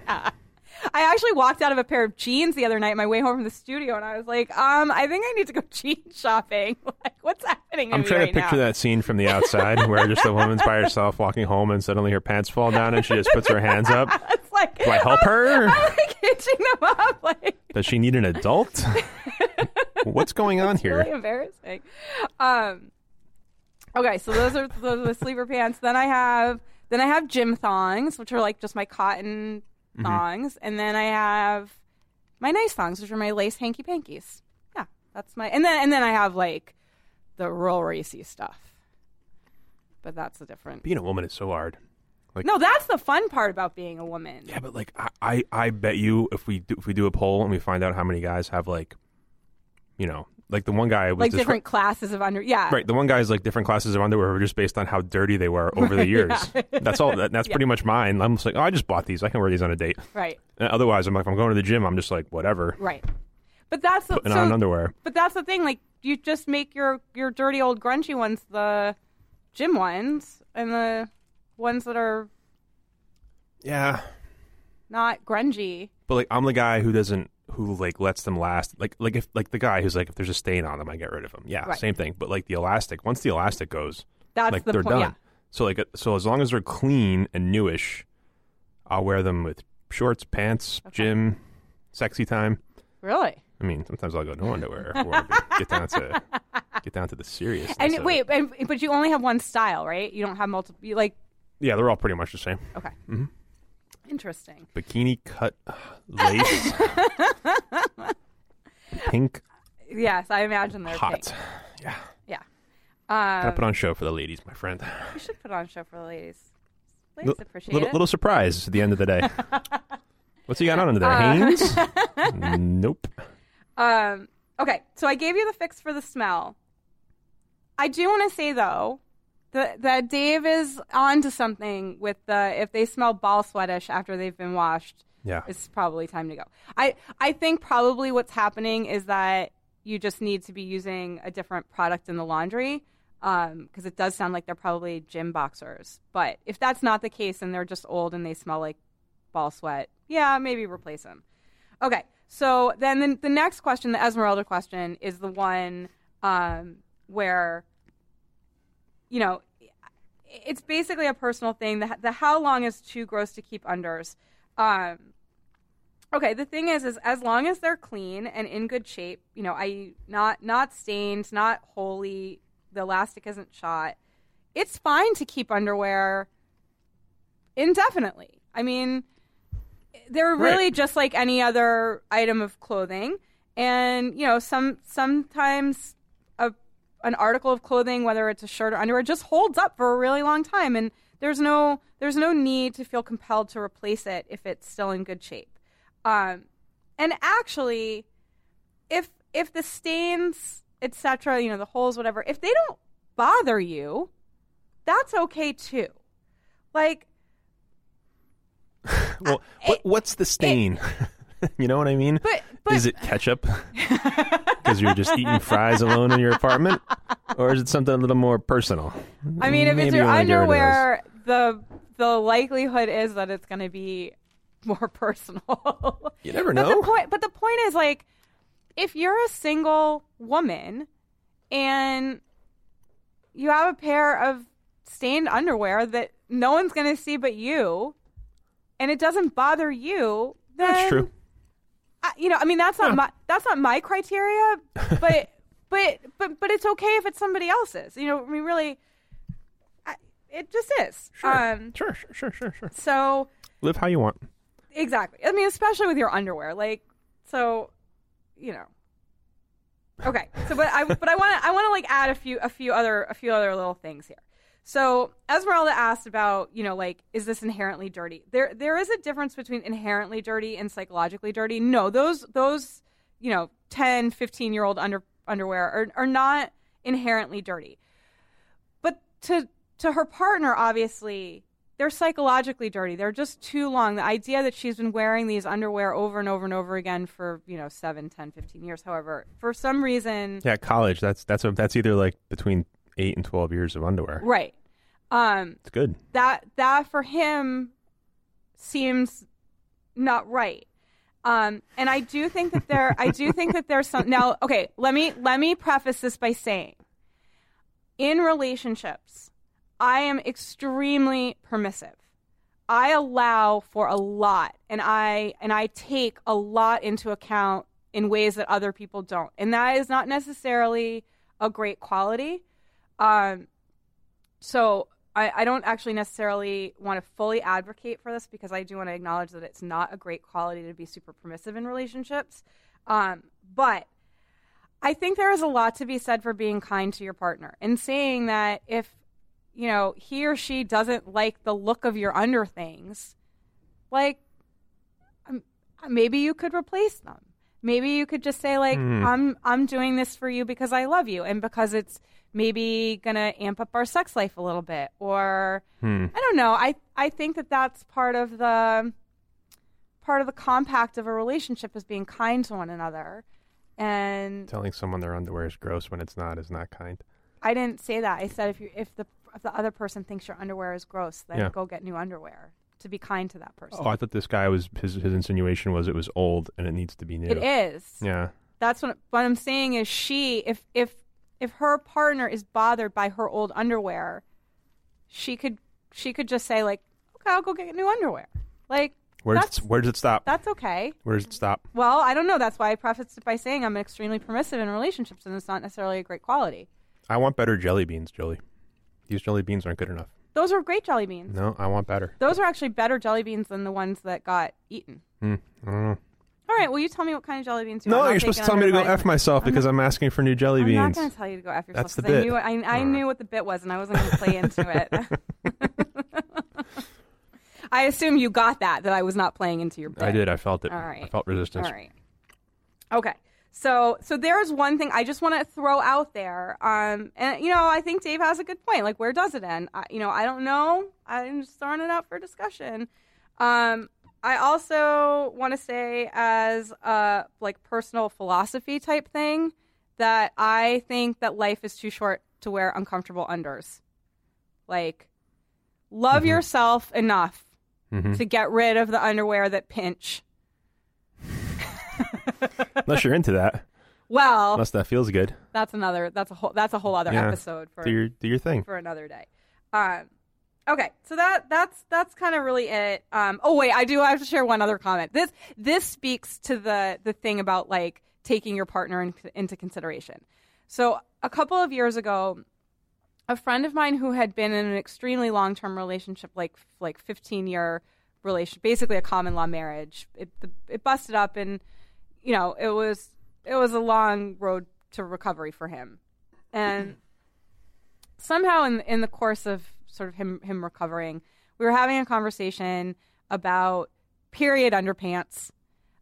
[SPEAKER 2] I actually walked out of a pair of jeans the other night on my way home from the studio, and I was like, um, I think I need to go <laughs> jean shopping. <laughs> like, what's happening? To
[SPEAKER 3] I'm
[SPEAKER 2] me
[SPEAKER 3] trying
[SPEAKER 2] right
[SPEAKER 3] to picture
[SPEAKER 2] now?
[SPEAKER 3] that scene from the <laughs> outside where just a woman's by herself walking home and suddenly her pants fall down and she just puts her hands up.
[SPEAKER 2] <laughs> It's like, like,
[SPEAKER 3] Do I help her?
[SPEAKER 2] I'm like hitching them up. <laughs> Like,
[SPEAKER 3] Does she need
[SPEAKER 2] <laughs>
[SPEAKER 3] an adult? What's going on
[SPEAKER 2] really
[SPEAKER 3] here?
[SPEAKER 2] embarrassing. Um, okay, so those are those are the sleeper pants. Then I have then I have gym thongs, which are like just my cotton
[SPEAKER 3] Mm-hmm.
[SPEAKER 2] thongs, and then I have my nice thongs, which are my lace hanky pankies. Yeah, that's my and then and then I have like the real racy stuff, but that's a different.
[SPEAKER 3] Being a woman is so hard.
[SPEAKER 2] No, that's the fun part about being a woman.
[SPEAKER 3] Yeah, but like I, I, I bet you if we do, if we do a poll and we find out how many guys have like, you know, like the one guy was
[SPEAKER 2] Like
[SPEAKER 3] descri-
[SPEAKER 2] different classes of under, yeah,
[SPEAKER 3] Right, the one guy's like different classes of underwear were just based on how dirty they were
[SPEAKER 2] <laughs>
[SPEAKER 3] over the years. That's all. That, that's pretty much mine. I'm just like, oh, I just bought these. I can wear these on a date.
[SPEAKER 2] right,
[SPEAKER 3] And otherwise, I'm like, if I'm going to the gym. I'm just like, whatever,
[SPEAKER 2] right. But that's the,
[SPEAKER 3] putting
[SPEAKER 2] so,
[SPEAKER 3] on underwear.
[SPEAKER 2] But that's the thing. Like you just make your your dirty old grungy ones the gym ones, and the ones that are
[SPEAKER 3] Yeah,
[SPEAKER 2] not grungy.
[SPEAKER 3] but like I'm the guy who doesn't who like lets them last. Like like if like the guy who's like if there's a stain on them, I get rid of them. Yeah,
[SPEAKER 2] Right.
[SPEAKER 3] same thing. But like the elastic, once the elastic goes,
[SPEAKER 2] That's
[SPEAKER 3] like
[SPEAKER 2] the
[SPEAKER 3] they're
[SPEAKER 2] point.
[SPEAKER 3] done. So like uh, so as long as they're clean and newish, I'll wear them with shorts, pants, gym, sexy time.
[SPEAKER 2] Yeah, really.
[SPEAKER 3] I mean, sometimes I'll go no underwear. if I wanna be- get down to get down to the serious.
[SPEAKER 2] And wait, and, but you only have one style, right? You don't have multiple. You like
[SPEAKER 3] yeah, they're all pretty much the same.
[SPEAKER 2] okay,
[SPEAKER 3] Mm-hmm.
[SPEAKER 2] interesting.
[SPEAKER 3] Bikini cut
[SPEAKER 2] <laughs>
[SPEAKER 3] lace, pink,
[SPEAKER 2] Yes, I imagine they're
[SPEAKER 3] hot.
[SPEAKER 2] pink.
[SPEAKER 3] Yeah,
[SPEAKER 2] Yeah,
[SPEAKER 3] gotta
[SPEAKER 2] um,
[SPEAKER 3] put on show for the ladies, my friend.
[SPEAKER 2] you should put on a show for the ladies. Ladies
[SPEAKER 3] L-
[SPEAKER 2] appreciate
[SPEAKER 3] little,
[SPEAKER 2] it.
[SPEAKER 3] little surprise at the end of
[SPEAKER 2] <laughs>
[SPEAKER 3] the day. What's he got on under there? Hanes?
[SPEAKER 2] Uh, <laughs>
[SPEAKER 3] nope.
[SPEAKER 2] Um, okay, so I gave you the fix for the smell. I do want to say though that that Dave is onto something with the if they smell ball sweatish after they've been washed,
[SPEAKER 3] Yeah.
[SPEAKER 2] it's probably time to go. I I think probably what's happening is that you just need to be using a different product in the laundry because it does sound like they're probably gym boxers. But if that's not the case and they're just old and they smell like ball sweat, yeah, maybe replace them. Okay, so then the, the next question, the Esmeralda question, is the one um, where you know it's basically a personal thing. The, the how long is too gross to keep unders. Um, okay, the thing is, is as long as they're clean and in good shape, you know, I not not stained, not wholly, the elastic isn't shot. It's fine to keep underwear indefinitely. I mean, they're
[SPEAKER 3] Right.
[SPEAKER 2] really just like any other item of clothing, and you know, some sometimes a an article of clothing, whether it's a shirt or underwear, just holds up for a really long time, and there's no there's no need to feel compelled to replace it if it's still in good shape. Um, and actually, if if the stains, etc., you know, the holes, whatever, if they don't bother you, that's okay too. Like Uh,
[SPEAKER 3] Well, what, what's the stain? <laughs> you know what I mean?
[SPEAKER 2] But- but- <laughs>
[SPEAKER 3] is it ketchup? Because you're just eating fries alone in your apartment, or is it something a little more personal?
[SPEAKER 2] I mean, if it's
[SPEAKER 3] Maybe
[SPEAKER 2] your
[SPEAKER 3] you wanna get rid of those.
[SPEAKER 2] underwear, the the likelihood is that it's going to be more <laughs> personal.
[SPEAKER 3] You never
[SPEAKER 2] But
[SPEAKER 3] know.
[SPEAKER 2] the point, but the point is like, if you're a single woman and you have a pair of stained underwear that no one's going to see but you, and it doesn't bother you, then
[SPEAKER 3] That's true.
[SPEAKER 2] I, you know, I mean, that's not my that's not my
[SPEAKER 3] <laughs>
[SPEAKER 2] criteria, but but but but it's okay if it's somebody else's. You know, I mean, really, I, it just is. Um,
[SPEAKER 3] sure, sure, sure, sure, sure.
[SPEAKER 2] so
[SPEAKER 3] Live how you want.
[SPEAKER 2] exactly. I mean, especially with your underwear, like so, you know. Okay, so but I but I want to I want to like add a few a few other a few other little things here. So Esmeralda asked about you know like is this inherently dirty? There there is a difference between inherently dirty and psychologically dirty. No, those those you know 10, 15 year old under underwear are are not inherently dirty. But to to her partner, obviously, they're psychologically dirty. They're just too long. The idea that she's been wearing these underwear over and over and over again for, you know, 7, 10, 15 years, however, for some reason.
[SPEAKER 3] Yeah, college. That's that's a, that's either like between eight and twelve years of underwear.
[SPEAKER 2] Right. Um,
[SPEAKER 3] It's good.
[SPEAKER 2] that that for him seems not right. Um, and I do think that there, I do think that there's some. Now, okay, let me let me preface this by saying, in relationships, I am extremely permissive. I allow for a lot and I and I take a lot into account in ways that other people don't. And that is not necessarily a great quality. Um, so I, I don't actually necessarily want to fully advocate for this because I do want to acknowledge that it's not a great quality to be super permissive in relationships. Um, but I think there is a lot to be said for being kind to your partner and saying that if you know he or she doesn't like the look of your under things, like um, maybe you could replace them. Maybe you could just say like
[SPEAKER 4] Hmm.
[SPEAKER 2] I'm I'm doing this for you because I love you and because it's maybe gonna amp up our sex life a little bit or
[SPEAKER 4] Hmm.
[SPEAKER 2] I don't know. I I think that that's part of the part of the compact of a relationship is being kind to one another. And
[SPEAKER 3] Telling someone their underwear is gross when it's not is not kind.
[SPEAKER 2] I didn't say that. I said if you if the if the other person thinks your underwear is gross, then
[SPEAKER 4] Yeah.
[SPEAKER 2] go get new underwear. To be kind to that person.
[SPEAKER 3] Oh, I thought this guy was his his insinuation was it was old and it needs to be new.
[SPEAKER 2] It is.
[SPEAKER 3] Yeah.
[SPEAKER 2] That's what what I'm saying is she if if if her partner is bothered by her old underwear, she could she could just say like, okay, I'll go get new underwear. Like
[SPEAKER 3] Where does
[SPEAKER 2] that's
[SPEAKER 3] it, where does it stop?
[SPEAKER 2] that's okay.
[SPEAKER 3] Where does it stop?
[SPEAKER 2] Well, I don't know. That's why I prefaced it by saying I'm extremely permissive in relationships, and it's not necessarily a great quality.
[SPEAKER 3] I want better jelly beans, Jolie. These jelly beans aren't good enough.
[SPEAKER 2] Those are great jelly beans.
[SPEAKER 3] No, I want better.
[SPEAKER 2] Those are actually better jelly beans than the ones that got eaten.
[SPEAKER 3] Hmm. I don't know.
[SPEAKER 2] All right. Well, you tell me what kind of jelly beans you want.
[SPEAKER 3] No,
[SPEAKER 2] I'll
[SPEAKER 3] you're
[SPEAKER 2] take
[SPEAKER 3] supposed to
[SPEAKER 2] it
[SPEAKER 3] tell me to
[SPEAKER 2] under
[SPEAKER 3] go
[SPEAKER 2] advisement.
[SPEAKER 3] f myself because I'm asking for new jelly
[SPEAKER 2] I'm
[SPEAKER 3] beans.
[SPEAKER 2] not going to tell you to go f yourself.
[SPEAKER 3] That's the
[SPEAKER 2] 'cause I
[SPEAKER 3] bit.
[SPEAKER 2] knew I, I knew what the bit was, and I wasn't going to play into it.
[SPEAKER 3] <laughs>
[SPEAKER 2] <laughs> I assume you got that that I was not playing into your bit.
[SPEAKER 3] I did. I felt it.
[SPEAKER 2] All
[SPEAKER 3] I
[SPEAKER 2] right.
[SPEAKER 3] felt resistance.
[SPEAKER 2] All right. Okay. So so there's one thing I just want to throw out there. Um, and you know, I think Dave has a good point. Like, where does it end? I, you know, I don't know. I'm just throwing it out for discussion. Um, I also want to say, as a like personal philosophy type thing, that I think that life is too short to wear uncomfortable unders. Like, love yourself enough
[SPEAKER 3] Mhm.
[SPEAKER 2] to get rid of the underwear that pinch.
[SPEAKER 3] Unless you're
[SPEAKER 2] <laughs>
[SPEAKER 3] into that.
[SPEAKER 2] Well,
[SPEAKER 3] Unless that feels good.
[SPEAKER 2] that's another that's a whole that's a whole other
[SPEAKER 3] Yeah.
[SPEAKER 2] episode for
[SPEAKER 3] Do your do your thing.
[SPEAKER 2] for another day um okay so that that's that's kind of really it um oh wait i do have to share one other comment this this speaks to the the thing about like taking your partner in, into consideration so a couple of years ago a friend of mine who had been in an extremely long-term relationship like like 15 year relationship basically a common law marriage it the, it busted up and you know it was it was a long road to recovery for him and <clears throat> somehow in in the course of sort of him him recovering we were having a conversation about period underpants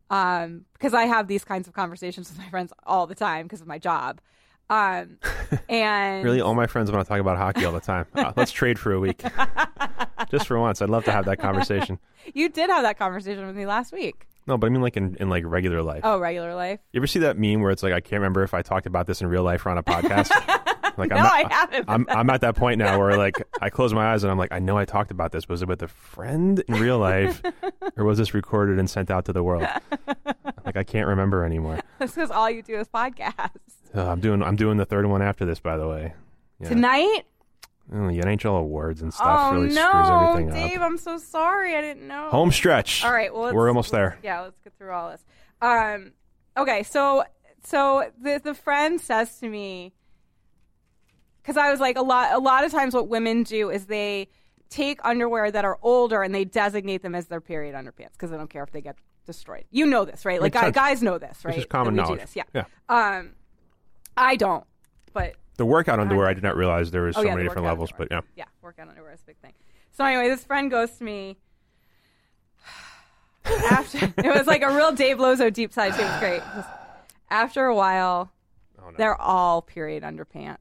[SPEAKER 2] um, because I have these kinds of conversations with my friends all the time because of my job. Um,
[SPEAKER 3] <laughs>
[SPEAKER 2] and
[SPEAKER 3] Really, Oh. all my friends want to talk about hockey all the
[SPEAKER 2] <laughs>
[SPEAKER 3] time. Uh, let's trade for a week, just for once. I'd love to have that
[SPEAKER 2] <laughs>
[SPEAKER 3] conversation.
[SPEAKER 2] you did have that conversation with me last week.
[SPEAKER 3] No, but I mean like in, in like regular life.
[SPEAKER 2] Oh, regular life?
[SPEAKER 3] You ever see that meme where it's like I can't remember if I talked about this in real life or on
[SPEAKER 2] <laughs>
[SPEAKER 3] a podcast? like
[SPEAKER 2] No,
[SPEAKER 3] I'm, not,
[SPEAKER 2] I haven't. <laughs>
[SPEAKER 3] I'm I'm at that point now where like I close my eyes and I'm like I know I talked about this. Was it with a friend in real life, or was this recorded and sent out to the world? Like I can't remember anymore.
[SPEAKER 2] That's because all you do is podcasts.
[SPEAKER 3] Uh, I'm doing I'm doing the third one after this, by the way. Yeah.
[SPEAKER 2] Tonight?
[SPEAKER 3] Oh, the NHL awards and stuff
[SPEAKER 2] oh
[SPEAKER 3] really screws
[SPEAKER 2] no,
[SPEAKER 3] everything
[SPEAKER 2] Dave!
[SPEAKER 3] up.
[SPEAKER 2] I'm so sorry. I didn't know.
[SPEAKER 3] Home stretch.
[SPEAKER 2] All right. Well, let's-
[SPEAKER 3] we're almost
[SPEAKER 2] let's-
[SPEAKER 3] there.
[SPEAKER 2] Yeah, let's get through all this. Um, okay, so so the the friend says to me because I was like a lot a lot of times what women do is they take underwear that are older and they designate them as their period underpants because they don't care if they get destroyed. You know this, right? Like
[SPEAKER 3] Makes
[SPEAKER 2] guy-
[SPEAKER 3] sense.
[SPEAKER 2] guys know this, right?
[SPEAKER 3] This is common
[SPEAKER 2] that we do
[SPEAKER 3] knowledge.
[SPEAKER 2] this, Yeah. Um, I don't, but
[SPEAKER 3] The workout underwear. I did not realize there was so
[SPEAKER 2] Oh, yeah,
[SPEAKER 3] many
[SPEAKER 2] the
[SPEAKER 3] different
[SPEAKER 2] workout
[SPEAKER 3] levels, but yeah.
[SPEAKER 2] underwear. Yeah, workout underwear is a big thing. So anyway, this friend goes to me. <sighs> after <laughs> it was like a real Dave Lozo deep sigh. She was great. Just, after a while,
[SPEAKER 3] Oh,
[SPEAKER 2] they're all period underpants,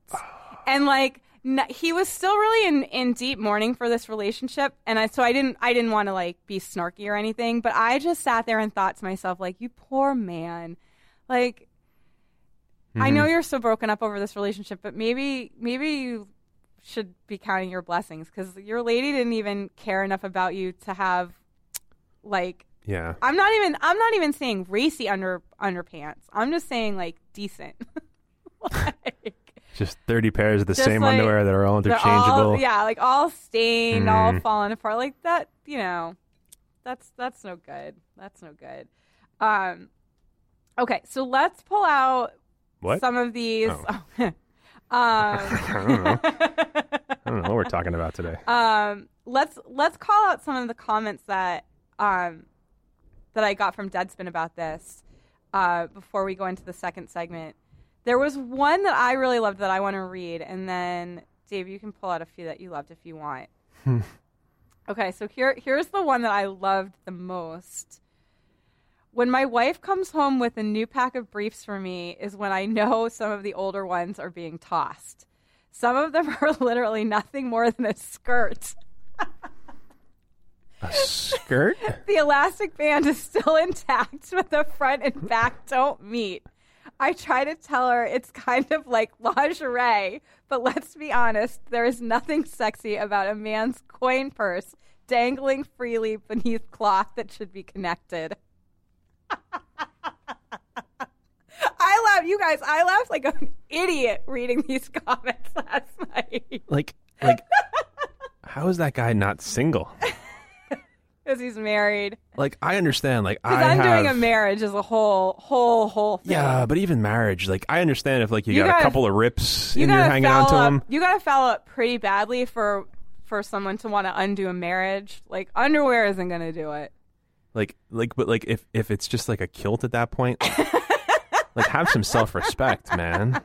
[SPEAKER 2] and like n- he was still really in, in deep mourning for this relationship, and I so I didn't I didn't want to like be snarky or anything, but I just sat there and thought to myself like, you poor man, like I know you're so broken up over this relationship, but maybe maybe you should be counting your blessings because your lady didn't even care enough about you to have like
[SPEAKER 3] Mm-hmm. Yeah.
[SPEAKER 2] I'm not even I'm not even saying racy under underpants. I'm just saying <laughs> like decent. like,
[SPEAKER 3] Just 30 pairs of the
[SPEAKER 2] Just
[SPEAKER 3] same
[SPEAKER 2] like-
[SPEAKER 3] underwear that are all
[SPEAKER 2] They're
[SPEAKER 3] interchangeable.
[SPEAKER 2] All, yeah, like all stained, all
[SPEAKER 3] Mm.
[SPEAKER 2] falling apart. Like that, you know, that's that's no good. That's no good. Um, okay, so let's pull out
[SPEAKER 3] What?
[SPEAKER 2] some of these. <laughs>
[SPEAKER 3] I <laughs>
[SPEAKER 2] um,
[SPEAKER 3] don't know.
[SPEAKER 2] <laughs>
[SPEAKER 3] I don't know what we're talking about today.
[SPEAKER 2] um, let's let's call out some of the comments that um, that I got from Deadspin about this uh, before we go into the second segment. There was one that I really loved that I want to read, and then Dave, you can pull out a few that you loved if you want. okay, so here here's the one that I loved the most. When my wife comes home with a new pack of briefs for me is when I know some of the older ones are being tossed. Some of them <laughs> are literally nothing more than a skirt.
[SPEAKER 3] A skirt?
[SPEAKER 2] The elastic band is still intact, but the front and back don't meet. I try to tell her it's kind of like lingerie, but let's be honest, there is nothing sexy about a man's coin purse dangling freely beneath cloth that should be connected. <laughs> I laughed, you guys, I laughed like an idiot reading these comments <laughs> last night <laughs>
[SPEAKER 3] Like, like, how is that guy not single?
[SPEAKER 2] because he's married.
[SPEAKER 3] Like, I understand. Like, I
[SPEAKER 2] Because I'm
[SPEAKER 3] have.
[SPEAKER 2] doing a marriage as a whole, whole, whole thing.
[SPEAKER 3] yeah, but even marriage, like, I understand if like you,
[SPEAKER 2] You
[SPEAKER 3] got
[SPEAKER 2] gotta-
[SPEAKER 3] a couple of rips
[SPEAKER 2] you
[SPEAKER 3] and you're
[SPEAKER 2] gotta
[SPEAKER 3] hanging on to
[SPEAKER 2] foul up,
[SPEAKER 3] them.
[SPEAKER 2] You gotta foul up pretty badly for for someone to want to undo a marriage. Like underwear isn't gonna do it.
[SPEAKER 3] Like, like, but like, if if it's just like a kilt at that
[SPEAKER 2] <laughs>
[SPEAKER 3] point, like, have some self respect, man.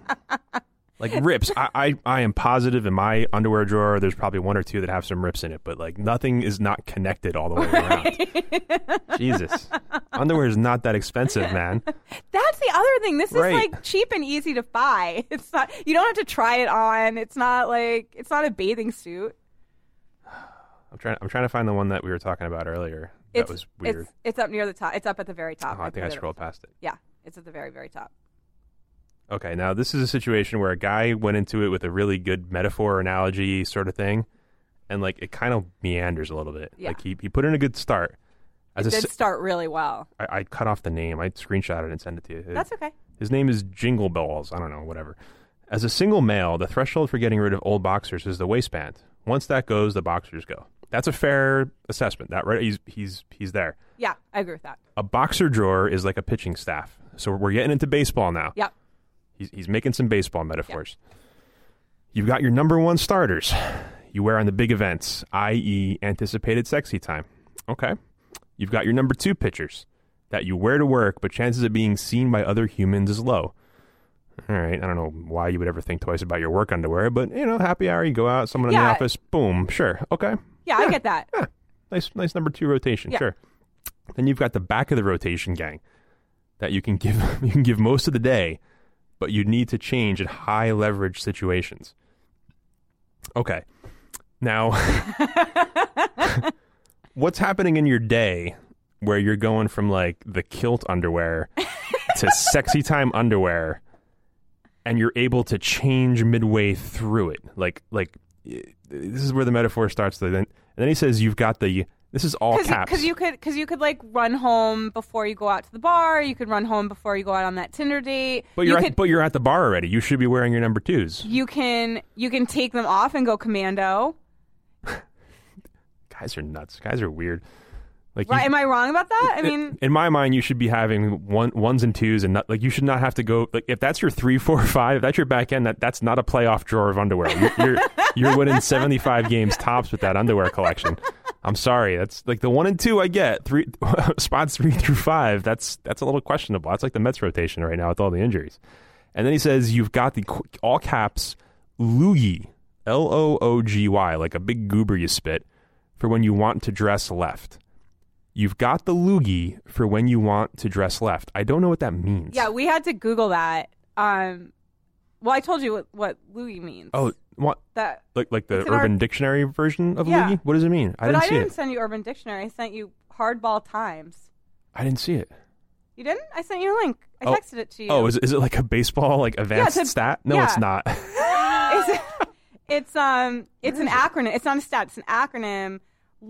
[SPEAKER 3] Like rips, I, I I am positive in my underwear drawer. There's probably one or two that have some rips in it, but like nothing is not connected all the way around. Jesus, underwear is not that expensive,
[SPEAKER 2] <laughs>
[SPEAKER 3] man.
[SPEAKER 2] That's the other thing. This
[SPEAKER 3] Right.
[SPEAKER 2] is like cheap and easy to buy. <laughs> It's not. You don't have to try it on. It's not like it's not a bathing suit.
[SPEAKER 3] I'm trying. I'm trying to find the one that we were talking about earlier. That
[SPEAKER 2] it's,
[SPEAKER 3] was weird.
[SPEAKER 2] It's, it's up near the top. It's up at the very top.
[SPEAKER 3] Oh, I think I
[SPEAKER 2] put it-
[SPEAKER 3] scrolled past it.
[SPEAKER 2] Yeah, it's at the very very top.
[SPEAKER 3] Okay, now this is a situation where a guy went into it with a really good metaphor analogy sort of thing, and like it kind of meanders a little bit.
[SPEAKER 2] Yeah.
[SPEAKER 3] Like he, he put in a good start. As a
[SPEAKER 2] Did
[SPEAKER 3] s-
[SPEAKER 2] start really well.
[SPEAKER 3] I, I cut off the name. I screenshot it and send it to you.
[SPEAKER 2] That's okay.
[SPEAKER 3] His name is Jingle Balls. I don't know, whatever. As a single male, the threshold for getting rid of old boxers is the waistband. Once that goes, the boxers go. That's a fair assessment. That right? He's he's he's there.
[SPEAKER 2] Yeah, I agree with that.
[SPEAKER 3] A boxer drawer is like a pitching staff. So we're getting into baseball now.
[SPEAKER 2] Yep.
[SPEAKER 3] He's, he's making some baseball metaphors. You've got your number one starters you wear on the big events, i.e., anticipated sexy time. Okay. You've got your number two pitchers that you wear to work, but chances of being seen by other humans is low. All right. I don't know why you would ever think twice about your work underwear, but, you know, happy hour, you go out, someone in the
[SPEAKER 2] Yeah.
[SPEAKER 3] office, boom, sure. Okay
[SPEAKER 2] Yeah, I get that.
[SPEAKER 3] nice nice number two rotation
[SPEAKER 2] Yeah.
[SPEAKER 3] sure then you've got the back of the rotation gang that you can give <laughs> you can give most of the day but you need to change in high leverage situations okay now <laughs> what's happening in your day where you're going from like the kilt underwear
[SPEAKER 2] <laughs>
[SPEAKER 3] to sexy time underwear and you're able to change midway through it like like eh, this is where the metaphor starts then and then he says you've got the this is all caps
[SPEAKER 2] because you could because you could like run home before you go out to the bar. You could run home before you go out on that Tinder date.
[SPEAKER 3] but you're
[SPEAKER 2] you
[SPEAKER 3] at,
[SPEAKER 2] could,
[SPEAKER 3] but you're at the bar already you should be wearing your number twos
[SPEAKER 2] you can you can take them off and go commando.
[SPEAKER 3] guys are nuts guys are weird like you-
[SPEAKER 2] Right? Am I wrong about that? I mean,
[SPEAKER 3] in my mind, you should be having one ones and twos, and not, like you should not have to go. Like if that's your three, four, five, if that's your back end. That that's not a playoff drawer of underwear. You're you're, you're winning seventy five games tops with that underwear collection. I'm sorry, that's like the one and two I get three <laughs> spots three through five. That's that's a little questionable. That's like the Mets rotation right now with all the injuries. And then he says you've got the qu- all caps loogie, L O O G Y, like a big goober you spit for when you want to dress left. You've got the loogie for when you want to dress left. I don't know what that means.
[SPEAKER 2] yeah, we had to Google that. Um, well, I told you what, what Louis means.
[SPEAKER 3] Oh, what?
[SPEAKER 2] that.
[SPEAKER 3] Like like the
[SPEAKER 2] It's in
[SPEAKER 3] Urban Dictionary version of
[SPEAKER 2] Yeah.
[SPEAKER 3] loogie? What does it mean? I
[SPEAKER 2] but
[SPEAKER 3] didn't
[SPEAKER 2] I
[SPEAKER 3] see
[SPEAKER 2] didn't
[SPEAKER 3] it.
[SPEAKER 2] send you Urban Dictionary. I sent you Hardball Times.
[SPEAKER 3] I didn't see it.
[SPEAKER 2] You didn't? I sent you a link. I
[SPEAKER 3] Oh.
[SPEAKER 2] texted it to you.
[SPEAKER 3] Oh, is, is it like a baseball like advanced
[SPEAKER 2] a-
[SPEAKER 3] stat? No,
[SPEAKER 2] yeah.
[SPEAKER 3] it's not.
[SPEAKER 2] <laughs> it's, it's um it's an acronym. It's not a stat. It's an acronym.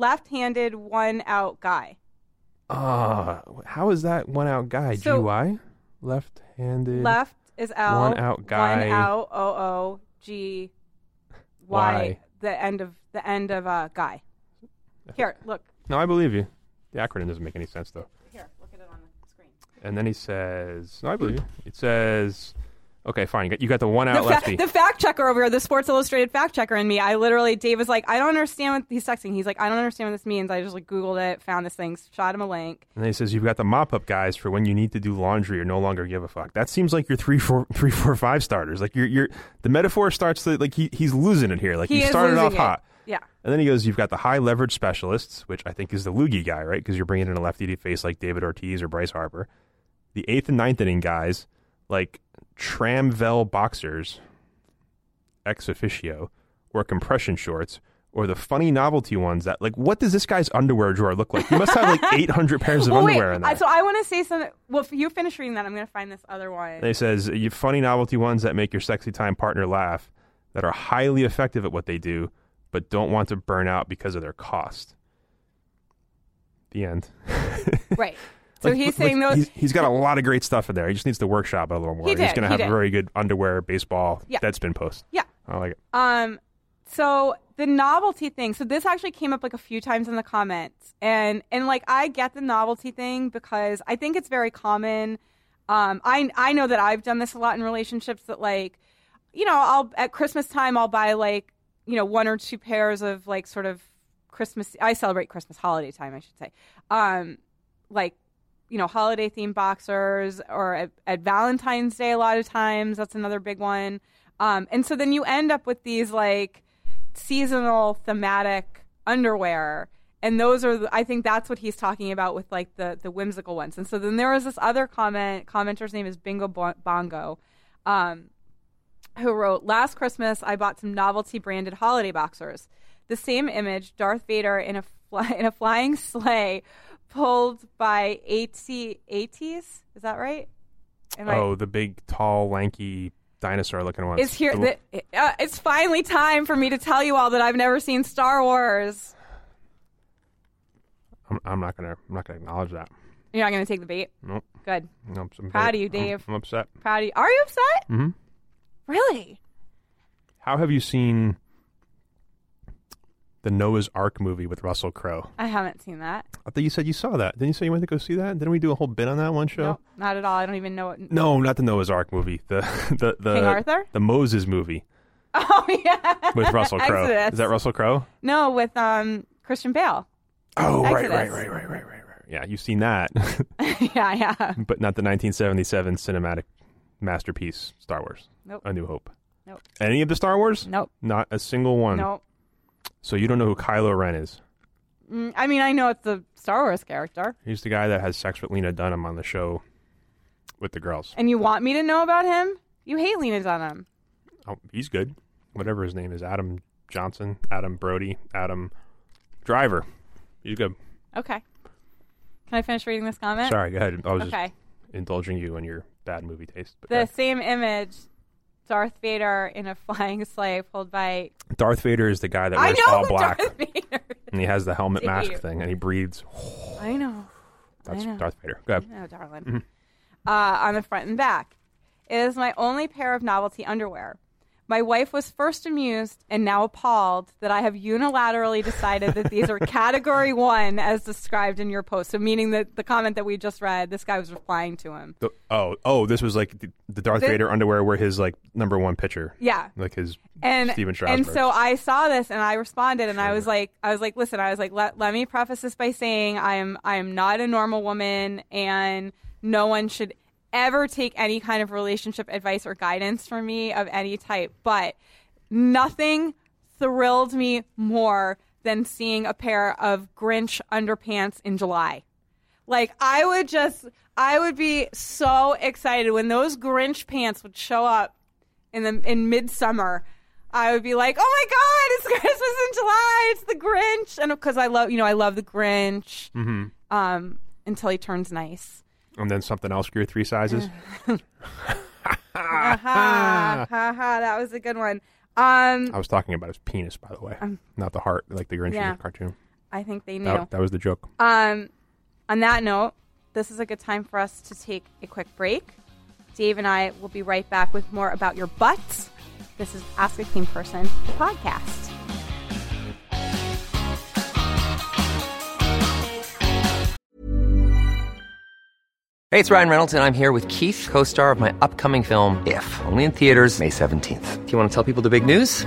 [SPEAKER 2] Left-handed, one out guy.
[SPEAKER 3] Ah, how is that one out guy?
[SPEAKER 2] So-
[SPEAKER 3] GY? Left-handed.
[SPEAKER 2] Left is L.
[SPEAKER 3] One out guy.
[SPEAKER 2] One L O O G Y.
[SPEAKER 3] Y.
[SPEAKER 2] The end of the end of uh, guy. Here, look.
[SPEAKER 3] No, I believe you. The acronym doesn't make any sense though.
[SPEAKER 2] Here, look at it on the screen.
[SPEAKER 3] And then he says, "No, I believe you." It says, "Okay, fine. You got- You got the one out
[SPEAKER 2] the, fa-
[SPEAKER 3] lefty."
[SPEAKER 2] the fact checker over here, the Sports Illustrated fact checker in me, I literally, Dave is like, I don't understand what he's texting. He's like, I don't understand what this means. I just like Googled it, found this thing, shot him a link.
[SPEAKER 3] And then he says, "You've got the mop-up guys for when you need to do laundry or no longer give a fuck." That seems like your three, four, three, four, five starters. Like you're, you're the metaphor starts to, like he, he's losing it here. Like
[SPEAKER 2] He
[SPEAKER 3] you
[SPEAKER 2] is
[SPEAKER 3] started
[SPEAKER 2] losing
[SPEAKER 3] off
[SPEAKER 2] it.
[SPEAKER 3] hot,
[SPEAKER 2] Yeah.
[SPEAKER 3] and then he goes, "You've got the high leverage specialists, which I think is the loogie guy, right? Because you're bringing in a lefty to face like David Ortiz or Bryce Harper. The eighth and ninth inning guys, like Tramvel boxers, ex officio, or compression shorts." Or the funny novelty ones that, like, what does this guy's underwear drawer look like? He must
[SPEAKER 2] <laughs>
[SPEAKER 3] have like 800 pairs of
[SPEAKER 2] Well, wait,
[SPEAKER 3] underwear in there.
[SPEAKER 2] I- so I want to say something. Well, if you finish reading that, I'm going to find this other one.
[SPEAKER 3] They says you funny novelty ones that make your sexy time partner laugh, that are highly effective at what they do, but don't want to burn out because of their cost. The end.
[SPEAKER 2] right. <laughs> So
[SPEAKER 3] <laughs> Like-
[SPEAKER 2] he's
[SPEAKER 3] like,
[SPEAKER 2] saying those.
[SPEAKER 3] he's- he's got a lot of great stuff in there. He just needs to workshop it a little more.
[SPEAKER 2] He
[SPEAKER 3] he's
[SPEAKER 2] did,
[SPEAKER 3] gonna
[SPEAKER 2] he
[SPEAKER 3] have
[SPEAKER 2] did.
[SPEAKER 3] a very good underwear, baseball,
[SPEAKER 2] Yeah.
[SPEAKER 3] deadspin post.
[SPEAKER 2] Yeah.
[SPEAKER 3] I like it.
[SPEAKER 2] Um, so the novelty thing. So this actually came up like a few times in the comments, and and like I get the novelty thing because I think it's very common. Um, I I know that I've done this a lot in relationships that like, you know, I'll at Christmas time I'll buy like you know one or two pairs of like sort of Christmas. I celebrate Christmas holiday time, I should say. Um, like you know holiday themed boxers or at, at valentine's day a lot of times that's another big one um, and so then you end up with these like seasonal thematic underwear and those are the- i think that's what he's talking about with like the the whimsical ones and so then there was this other comment commenter's name is bingo Bo- bongo um, who wrote last christmas i bought some novelty branded holiday boxers the same image darth vader in a fly, <laughs> in a flying sleigh pulled by AT, ATs is that right Am I-
[SPEAKER 3] Oh, the big, tall, lanky dinosaur looking one.
[SPEAKER 2] is here that uh, it's finally time for me to tell you all that I've never seen Star Wars.
[SPEAKER 3] I'm, I'm not gonna I'm not gonna acknowledge that.
[SPEAKER 2] You're not going to take the bait.
[SPEAKER 3] Nope.
[SPEAKER 2] Good.
[SPEAKER 3] Nope. I'm
[SPEAKER 2] Proud
[SPEAKER 3] very-
[SPEAKER 2] of you,
[SPEAKER 3] I'm-
[SPEAKER 2] Dave.
[SPEAKER 3] I'm upset.
[SPEAKER 2] Proud of you. Are you upset?
[SPEAKER 3] Mhm.
[SPEAKER 2] Really?
[SPEAKER 3] How have you seen the Noah's Ark movie with Russell Crowe?
[SPEAKER 2] I haven't seen that.
[SPEAKER 3] I thought you said you saw that. Didn't you say you went to go see that? Didn't we do a whole bit on that one show?
[SPEAKER 2] Nope, not at all. I don't even know. What... <laughs>
[SPEAKER 3] No, not the Noah's Ark movie. The <laughs> the the
[SPEAKER 2] King Arthur?
[SPEAKER 3] the Moses movie
[SPEAKER 2] Oh yeah. <laughs>
[SPEAKER 3] with Russell Crowe.
[SPEAKER 2] Exodus.
[SPEAKER 3] Is that Russell Crowe?
[SPEAKER 2] No, with um Christian Bale. <laughs>
[SPEAKER 3] Oh, right,
[SPEAKER 2] Exodus.
[SPEAKER 3] right, right, right, right, right, right. Yeah, you've seen that, <laughs>
[SPEAKER 2] yeah, I have.
[SPEAKER 3] but not the 1977 cinematic masterpiece Star Wars.
[SPEAKER 2] Nope.
[SPEAKER 3] A New Hope.
[SPEAKER 2] Nope.
[SPEAKER 3] Any of the Star Wars?
[SPEAKER 2] Nope.
[SPEAKER 3] Not a single one.
[SPEAKER 2] Nope.
[SPEAKER 3] So you don't know who Kylo Ren is.
[SPEAKER 2] Mm, I mean, I know it's the Star Wars character,
[SPEAKER 3] He's the guy that has sex with Lena Dunham on the show with the girls.
[SPEAKER 2] and you want me to know about him? You hate Lena Dunham.
[SPEAKER 3] Oh, he's good. Whatever his name is, Adam Johnson, Adam Brody, Adam Driver. He's good.
[SPEAKER 2] Okay. Can I finish reading this comment?
[SPEAKER 3] Sorry, go ahead. I was
[SPEAKER 2] Uh, Okay.
[SPEAKER 3] just indulging you in your bad movie taste. But uh,
[SPEAKER 2] the same image Darth Vader in a <laughs> flying sleigh pulled by
[SPEAKER 3] Darth Vader is the guy that
[SPEAKER 2] I
[SPEAKER 3] wears
[SPEAKER 2] know
[SPEAKER 3] all
[SPEAKER 2] who <laughs>
[SPEAKER 3] black,
[SPEAKER 2] Darth Vader. is.
[SPEAKER 3] and he has the helmet
[SPEAKER 2] Dude.
[SPEAKER 3] mask thing, and he breathes.
[SPEAKER 2] I know.
[SPEAKER 3] That's
[SPEAKER 2] I know.
[SPEAKER 3] Darth Vader. Go ahead.
[SPEAKER 2] I know, darling. Uh, on the front and back. It is my only pair of novelty underwear. My wife was first amused and now appalled that I have unilaterally decided that these are category one as described in your post. So, meaning that the comment that we just read, this guy was replying to him.
[SPEAKER 3] The- oh, oh, this was like the, the Darth
[SPEAKER 2] The-
[SPEAKER 3] Vader underwear were his like number one pitcher,
[SPEAKER 2] Yeah.
[SPEAKER 3] like his
[SPEAKER 2] and
[SPEAKER 3] Steven Strasberg.
[SPEAKER 2] and so I saw this and I responded and I was like I was like listen I was like let, let me preface this by saying I am I am not a normal woman and no one should ever take any kind of relationship advice or guidance from me of any type but nothing thrilled me more than seeing a pair of Grinch underpants in July like I would just I would be so excited when those Grinch pants would show up in the in midsummer. I would be like, "Oh my god, it's <laughs> Christmas in July. It's the Grinch." And cuz I love, you know, I love the Grinch. Um until he turns nice.
[SPEAKER 3] and then something else grew three
[SPEAKER 2] Uh.
[SPEAKER 3] sizes.
[SPEAKER 2] Ha ha ha, that was a good one. Um
[SPEAKER 3] I was talking about his penis, by the way, not the heart, like the Grinch in the
[SPEAKER 2] yeah.
[SPEAKER 3] cartoon.
[SPEAKER 2] I think they knew.
[SPEAKER 3] That, that was the joke.
[SPEAKER 2] Um, on that note, this is a good time for us to take a quick break. Dave and I will be right back with more about your butts. This is Ask a Clean Person, the podcast.
[SPEAKER 5] Hey, it's Ryan Reynolds, and I'm here with Keith, co star of my upcoming film, If, only in theaters, May 17th. Do you want to tell people the big news?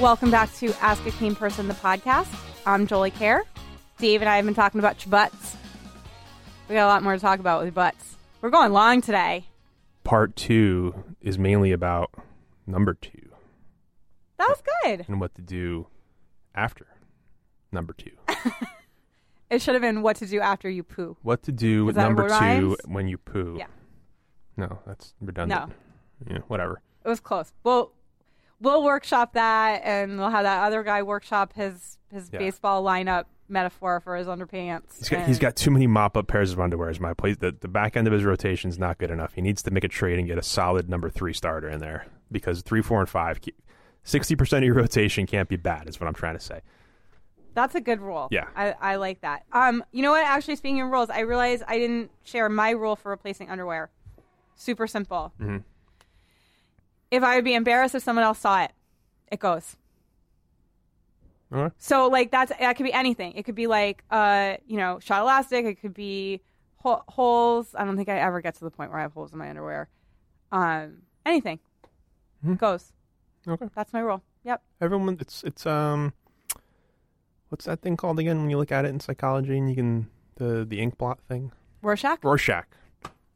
[SPEAKER 2] Welcome back to Ask a Clean Person, the podcast. I'm Jolie Care. Dave and I have been talking about your butts. We got a lot more to talk about with butts. We're going long today.
[SPEAKER 3] Part two is mainly about number two
[SPEAKER 2] That was good.
[SPEAKER 3] and what to do after
[SPEAKER 2] <laughs>
[SPEAKER 3] number two.
[SPEAKER 2] It should have been what to do after you poo.
[SPEAKER 3] What to do with
[SPEAKER 2] that
[SPEAKER 3] number
[SPEAKER 2] what
[SPEAKER 3] two
[SPEAKER 2] rhymes?
[SPEAKER 3] when you poo.
[SPEAKER 2] Yeah.
[SPEAKER 3] No, that's redundant. Yeah, whatever.
[SPEAKER 2] It was close. Well, we'll workshop that, and we'll have that other guy workshop his his
[SPEAKER 3] Yeah.
[SPEAKER 2] baseball lineup metaphor for his underpants.
[SPEAKER 3] He's got,
[SPEAKER 2] and-
[SPEAKER 3] he's got too many mop up pairs of underwear. Is my place. The, the back end of his rotation is not good enough. He needs to make a trade and get a solid number three starter in there because three, four, and five, sixty percent of your rotation can't be bad. Is what I'm trying to say.
[SPEAKER 2] That's a good rule.
[SPEAKER 3] Yeah.
[SPEAKER 2] I, I like that. Um, you know what? Actually, speaking of rules, I realized I didn't share my rule for replacing underwear. Super simple.
[SPEAKER 3] Mm-hmm.
[SPEAKER 2] If I would be embarrassed if someone else saw it, it goes.
[SPEAKER 3] All right.
[SPEAKER 2] So like that's that could be anything. It could be like uh you know shot elastic. It could be ho- holes. I don't think I ever get to the point where I have holes in my underwear. Um, anything goes.
[SPEAKER 3] Mm-hmm. Okay.
[SPEAKER 2] That's my rule. Yep.
[SPEAKER 3] Everyone, it's it's um, what's that thing called again? When you look at it in psychology and you can the the ink blot thing.
[SPEAKER 2] Rorschach.
[SPEAKER 3] Rorschach.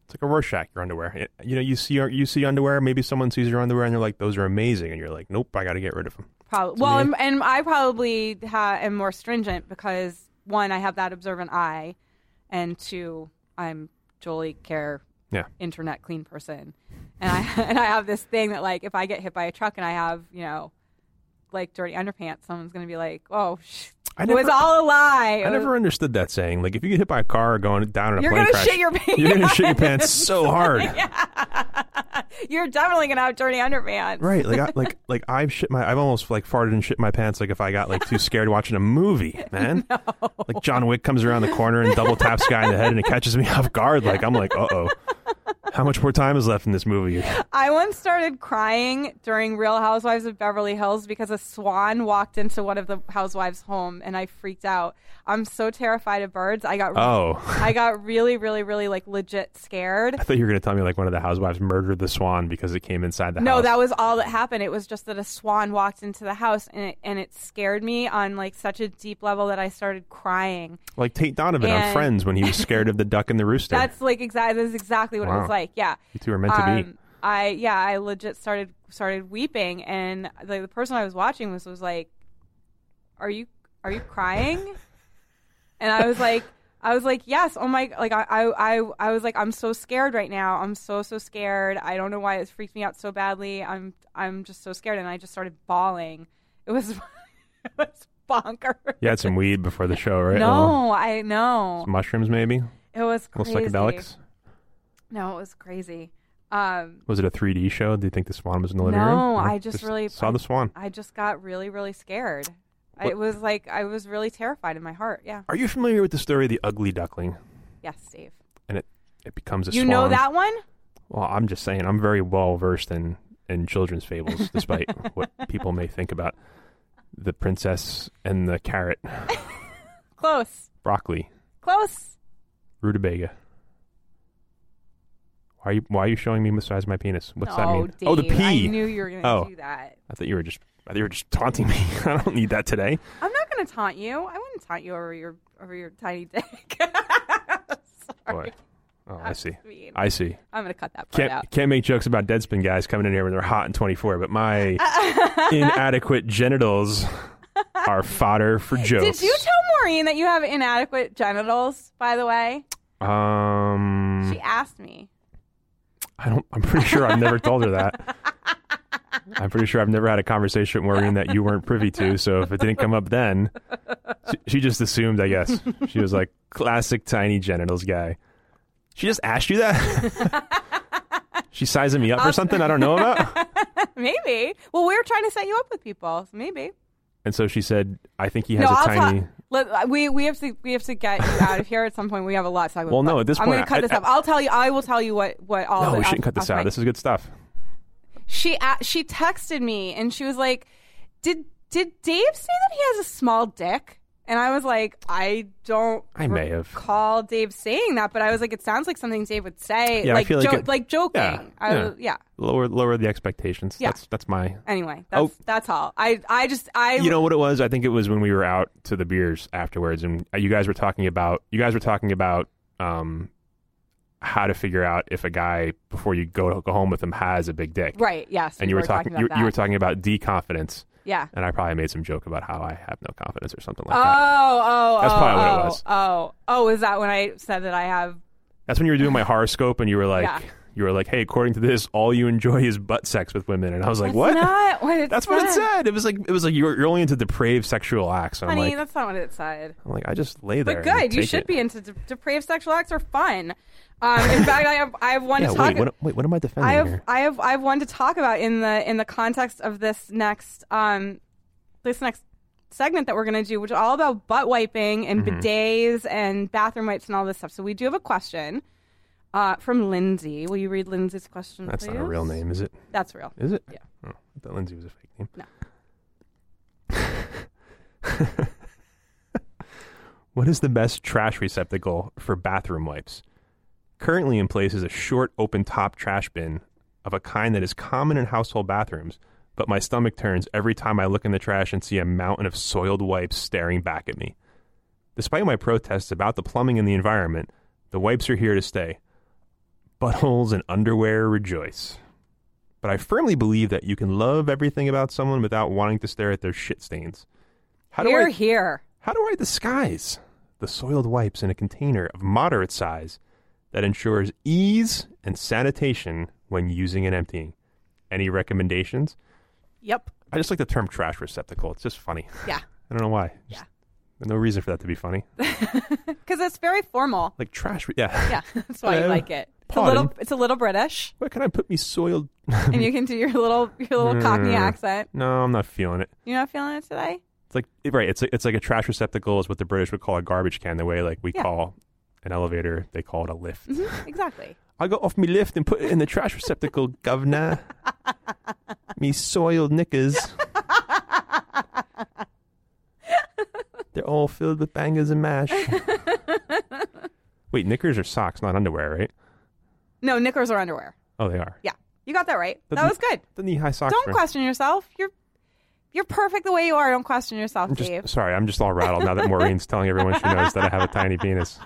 [SPEAKER 3] It's like a Rorschach your underwear. It- you know, you see you see underwear. Maybe someone sees your underwear and they're like, "Those are amazing," and you're like, "Nope, I got to get rid of them."
[SPEAKER 2] Probably.
[SPEAKER 3] To
[SPEAKER 2] Well,
[SPEAKER 3] me.
[SPEAKER 2] and, and I probably ha- am more stringent because one, I have that observant eye, and two, I'm Jolie Care,
[SPEAKER 3] Yeah.
[SPEAKER 2] internet clean person, and I <laughs> and I have this thing that like if I get hit by a truck and I have you know, like dirty underpants, someone's gonna be like, oh, sh-
[SPEAKER 3] I
[SPEAKER 2] it was
[SPEAKER 3] never-
[SPEAKER 2] all a lie. It
[SPEAKER 3] I
[SPEAKER 2] was-
[SPEAKER 3] never understood that saying. Like, if you get hit by a car or going down in a
[SPEAKER 2] Uh, You're
[SPEAKER 3] plane
[SPEAKER 2] gonna
[SPEAKER 3] crash, <laughs>
[SPEAKER 2] shit your pants. <laughs>
[SPEAKER 3] you're gonna shit your pants so hard,
[SPEAKER 2] You're definitely gonna have dirty underpants.
[SPEAKER 3] right? Like, I, like, <laughs> like I've shit my, I've almost like farted and shit my pants. Like, if I got like too scared watching
[SPEAKER 2] <laughs>
[SPEAKER 3] a movie, man. Like John Wick comes around the corner and double taps guy in the head, and it catches me <laughs> off guard. Like, I'm like, uh oh, how much more time is left in this movie? <laughs>
[SPEAKER 2] I once started crying during Real Housewives of Beverly Hills because a swan walked into one of the housewives' home, and I freaked out. I'm so terrified of birds. I got
[SPEAKER 3] Oh.
[SPEAKER 2] <laughs> I got really, really, really like legit scared.
[SPEAKER 3] I thought you were gonna tell me like one of the housewives murdered the swan because it came inside the
[SPEAKER 2] No,
[SPEAKER 3] house.
[SPEAKER 2] that was all that happened. It was just that a swan walked into the house, and it, and it scared me on like such a deep level that I started crying.
[SPEAKER 3] like Tate Donovan
[SPEAKER 2] And-
[SPEAKER 3] on Friends when he was scared of the duck and the rooster.
[SPEAKER 2] That's like exactly that's exactly what it was
[SPEAKER 3] Wow.
[SPEAKER 2] like. Yeah.
[SPEAKER 3] you two are meant to be.
[SPEAKER 2] Um, I yeah, I legit started started weeping, and the, the person I was watching was was like, "Are you are you
[SPEAKER 3] <laughs>
[SPEAKER 2] crying?" and I was like, I was like, "Yes, oh my!" Like I I I, I was like, "I'm so scared right now. I'm so so scared. I don't know why it's freaked me out so badly. I'm I'm just so scared." And I just started bawling. It was <laughs> it was bonkers.
[SPEAKER 3] You had some weed before the show, right? Oh.
[SPEAKER 2] No, I know
[SPEAKER 3] Mushrooms, maybe?
[SPEAKER 2] it was
[SPEAKER 3] Little
[SPEAKER 2] crazy.
[SPEAKER 3] psychedelics?
[SPEAKER 2] No, it was crazy. Um,
[SPEAKER 3] Was it a 3D show? Do you think the swan was in the living
[SPEAKER 2] No,
[SPEAKER 3] room?
[SPEAKER 2] I just really-
[SPEAKER 3] saw the swan.
[SPEAKER 2] I just got really, really scared.
[SPEAKER 3] What-
[SPEAKER 2] It was like I was really terrified in my heart. Yeah.
[SPEAKER 3] Are you familiar with the story of the ugly duckling?
[SPEAKER 2] Yes, Dave.
[SPEAKER 3] And it, it becomes a
[SPEAKER 2] You
[SPEAKER 3] swan.
[SPEAKER 2] know that one?
[SPEAKER 3] Well, I'm just saying, I'm very well versed in, in children's fables,
[SPEAKER 2] <laughs>
[SPEAKER 3] despite what people may think about the princess and the carrot,
[SPEAKER 2] Close.
[SPEAKER 3] broccoli,
[SPEAKER 2] Close.
[SPEAKER 3] rutabaga. Why are you, why are you showing me massage my penis? What's that
[SPEAKER 2] oh,
[SPEAKER 3] mean?
[SPEAKER 2] Dave,
[SPEAKER 3] oh, the P.
[SPEAKER 2] I knew you were going to
[SPEAKER 3] Oh.
[SPEAKER 2] do that.
[SPEAKER 3] I thought you were just I thought you were just taunting me. <laughs> I don't need that today.
[SPEAKER 2] I'm not going to taunt you. I wouldn't taunt you over your over your tiny dick. <laughs> Sorry.
[SPEAKER 3] Boy. Oh, I see.
[SPEAKER 2] mean.
[SPEAKER 3] I see.
[SPEAKER 2] I'm going to cut that part
[SPEAKER 3] Can't
[SPEAKER 2] out.
[SPEAKER 3] can't make jokes about Deadspin guys coming in here when they're hot and 24,
[SPEAKER 2] <laughs>
[SPEAKER 3] but my inadequate genitals are fodder for jokes.
[SPEAKER 2] Did you tell Maureen that you have inadequate genitals, by the way?
[SPEAKER 3] Um
[SPEAKER 2] She asked me.
[SPEAKER 3] I don't. I'm pretty sure I've never told her that. I'm pretty sure I've never had a conversation with Maureen that you weren't privy to. So if it didn't come up then, she, she just assumed. I guess she was like classic tiny genitals guy. She just asked you that.
[SPEAKER 2] <laughs>
[SPEAKER 3] She's sizing me up for something I don't know about.
[SPEAKER 2] maybe. Well, we were trying to set you up with people. So maybe.
[SPEAKER 3] And so she said, "I think he has a tiny."
[SPEAKER 2] talk. Let, we we have to we have to get you out of here at some point. We have a lot to talk about.
[SPEAKER 3] Well, no,
[SPEAKER 2] But
[SPEAKER 3] at this
[SPEAKER 2] I'm
[SPEAKER 3] point,
[SPEAKER 2] gonna cut
[SPEAKER 3] I-
[SPEAKER 2] this
[SPEAKER 3] I-
[SPEAKER 2] up. I'll tell you. I will tell you what what all.
[SPEAKER 3] no,
[SPEAKER 2] the
[SPEAKER 3] we shouldn't
[SPEAKER 2] off-
[SPEAKER 3] cut this
[SPEAKER 2] off
[SPEAKER 3] out.
[SPEAKER 2] mic.
[SPEAKER 3] This is good stuff.
[SPEAKER 2] she a- she texted me and she was like, "Did did Dave say that he has a small dick?" And I was like, "I don't.
[SPEAKER 3] I may have.
[SPEAKER 2] call Dave saying that, but I was like, it sounds like something Dave would say,
[SPEAKER 3] Yeah, I
[SPEAKER 2] like
[SPEAKER 3] feel like
[SPEAKER 2] jo-
[SPEAKER 3] it-
[SPEAKER 2] like joking.
[SPEAKER 3] yeah,
[SPEAKER 2] I
[SPEAKER 3] yeah.
[SPEAKER 2] was- yeah.
[SPEAKER 3] Lower, lower the expectations.
[SPEAKER 2] Yeah.
[SPEAKER 3] That's that's my
[SPEAKER 2] Anyway, that's
[SPEAKER 3] Oh.
[SPEAKER 2] that's all. I I just I
[SPEAKER 3] you know what it was? I think it was when we were out to the beers afterwards, and uh, you guys were talking about you guys were talking about um, how to figure out if a guy before you go go home with him has a big dick,
[SPEAKER 2] right. Yes,
[SPEAKER 3] And
[SPEAKER 2] we
[SPEAKER 3] you were talking, you,
[SPEAKER 2] about
[SPEAKER 3] you were
[SPEAKER 2] that.
[SPEAKER 3] talking about deconfidence,
[SPEAKER 2] Yeah.
[SPEAKER 3] and I probably made some joke about how I have no confidence or something like
[SPEAKER 2] Oh,
[SPEAKER 3] that.
[SPEAKER 2] oh,
[SPEAKER 3] That's
[SPEAKER 2] oh,
[SPEAKER 3] probably what it
[SPEAKER 2] oh,
[SPEAKER 3] was.
[SPEAKER 2] Oh, oh, is that when I said that I have?
[SPEAKER 3] That's when you were doing my horoscope, and you were
[SPEAKER 2] <laughs>
[SPEAKER 3] like,
[SPEAKER 2] Yeah.
[SPEAKER 3] you were like, hey, according to this, all you enjoy is butt sex with women, and I was like, what?
[SPEAKER 2] Not what it
[SPEAKER 3] that's what it
[SPEAKER 2] said.
[SPEAKER 3] said. It was like it was like you're, you're only into depraved sexual acts. And I'm
[SPEAKER 2] Honey,
[SPEAKER 3] like,
[SPEAKER 2] that's not what it said.
[SPEAKER 3] I'm like, I just lay there.
[SPEAKER 2] But
[SPEAKER 3] and
[SPEAKER 2] good, you
[SPEAKER 3] take
[SPEAKER 2] should
[SPEAKER 3] it.
[SPEAKER 2] be into de- depraved sexual acts. Are fun. Um, in fact, I have I have one
[SPEAKER 3] <laughs> Yeah,
[SPEAKER 2] to talk.
[SPEAKER 3] wait, what, wait, what am I defending
[SPEAKER 2] I have
[SPEAKER 3] here?
[SPEAKER 2] I have I have one to talk about in the in the context of this next um this next segment that we're going to do, which is all about butt wiping and
[SPEAKER 3] Mm-hmm.
[SPEAKER 2] bidets and bathroom wipes and all this stuff. So we do have a question uh, from Lindsay. Will you read Lindsay's question?
[SPEAKER 3] That's not a
[SPEAKER 2] please?
[SPEAKER 3] real name, is it?
[SPEAKER 2] That's real.
[SPEAKER 3] Is it?
[SPEAKER 2] Yeah.
[SPEAKER 3] Oh, I thought Lindsay was a fake name.
[SPEAKER 2] No.
[SPEAKER 3] <laughs> what is the best trash receptacle for bathroom wipes? Currently in place is a short open top trash bin of a kind that is common in household bathrooms, but my stomach turns every time I look in the trash and see a mountain of soiled wipes staring back at me. Despite my protests about the plumbing and the environment, the wipes are here to stay. Buttholes and underwear rejoice but I firmly believe that you can love everything about someone without wanting to stare at their shit stains. How do
[SPEAKER 2] We're
[SPEAKER 3] I
[SPEAKER 2] here.
[SPEAKER 3] how do I disguise the soiled wipes in a container of moderate size that ensures ease and sanitation when using and emptying? Any recommendations?
[SPEAKER 2] <laughs> Yep.
[SPEAKER 3] I just like the term trash receptacle. It's just funny.
[SPEAKER 2] <laughs> Yeah.
[SPEAKER 3] I don't know why. Just- No reason for that to be funny.
[SPEAKER 2] Because it's very formal.
[SPEAKER 3] Like trash. Re- yeah. <laughs>
[SPEAKER 2] Yeah, <laughs> that's why you
[SPEAKER 3] Hello.
[SPEAKER 2] like it. It's a
[SPEAKER 3] Pardon?
[SPEAKER 2] little. It's a little British,
[SPEAKER 3] Where can I put
[SPEAKER 2] <laughs>
[SPEAKER 3] me soiled? <laughs>
[SPEAKER 2] and you can do your little your little Cockney
[SPEAKER 3] Mm.
[SPEAKER 2] accent.
[SPEAKER 3] No, I'm not feeling it.
[SPEAKER 2] You're not feeling it today.
[SPEAKER 3] It's like right. It's it's like a trash receptacle is what the British would call a garbage can. The way like we
[SPEAKER 2] Yeah.
[SPEAKER 3] call an elevator, they call it a lift.
[SPEAKER 2] Mhm, <laughs> exactly.
[SPEAKER 3] I got off me lift and put it in the trash
[SPEAKER 2] <laughs>
[SPEAKER 3] receptacle, governor. me soiled knickers. They're all filled with bangers and mash. Wait, knickers are socks, not underwear, right?
[SPEAKER 2] No, knickers or underwear.
[SPEAKER 3] Oh, they are.
[SPEAKER 2] Yeah, you got that right.
[SPEAKER 3] The
[SPEAKER 2] that
[SPEAKER 3] kn-
[SPEAKER 2] was good.
[SPEAKER 3] The knee high socks.
[SPEAKER 2] Don't
[SPEAKER 3] were-
[SPEAKER 2] question yourself. You're you're perfect the way you are. Don't question yourself,
[SPEAKER 3] I'm just- <laughs>
[SPEAKER 2] Dave.
[SPEAKER 3] sorry, I'm just all rattled now that Maureen's telling everyone she knows that I have a tiny penis.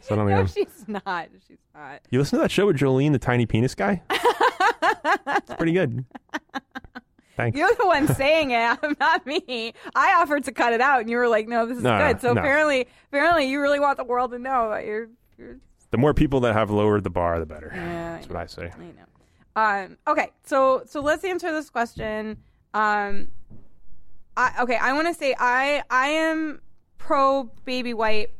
[SPEAKER 3] Suddenly,
[SPEAKER 2] No,
[SPEAKER 3] I'm,
[SPEAKER 2] <laughs> she's not. She's not.
[SPEAKER 3] You listen to that show with Jolene, the tiny
[SPEAKER 2] <laughs>
[SPEAKER 3] penis guy? it's pretty good. Thanks.
[SPEAKER 2] You're the one saying it. <laughs> I'm not me. I offered to cut it out, and you were like, "No, this is
[SPEAKER 3] No,
[SPEAKER 2] good." So
[SPEAKER 3] no.
[SPEAKER 2] apparently, apparently, you really want the world to know about your. your
[SPEAKER 3] the more people that have lowered the bar, the better.
[SPEAKER 2] Yeah,
[SPEAKER 3] That's what I say.
[SPEAKER 2] I know. Um, okay, so so let's answer this question. Um, I, okay, I want to say I I am pro baby wipe.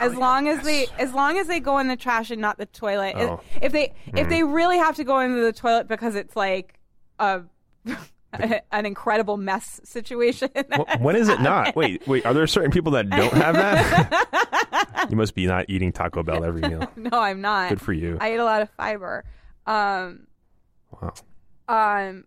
[SPEAKER 2] As long as they, as long as they go in the trash and not the toilet. If-
[SPEAKER 3] Oh.
[SPEAKER 2] If they, if they really have to go into the toilet because it's like a, <laughs> an incredible mess situation.
[SPEAKER 3] Wh- When is it <laughs> not? Wait, wait. Are there certain people that don't have that? <laughs> you must be not eating Taco Bell every meal.
[SPEAKER 2] <laughs> no, I'm not.
[SPEAKER 3] Good for you.
[SPEAKER 2] I eat a lot of fiber. Um,
[SPEAKER 3] wow. <laughs>
[SPEAKER 2] Um,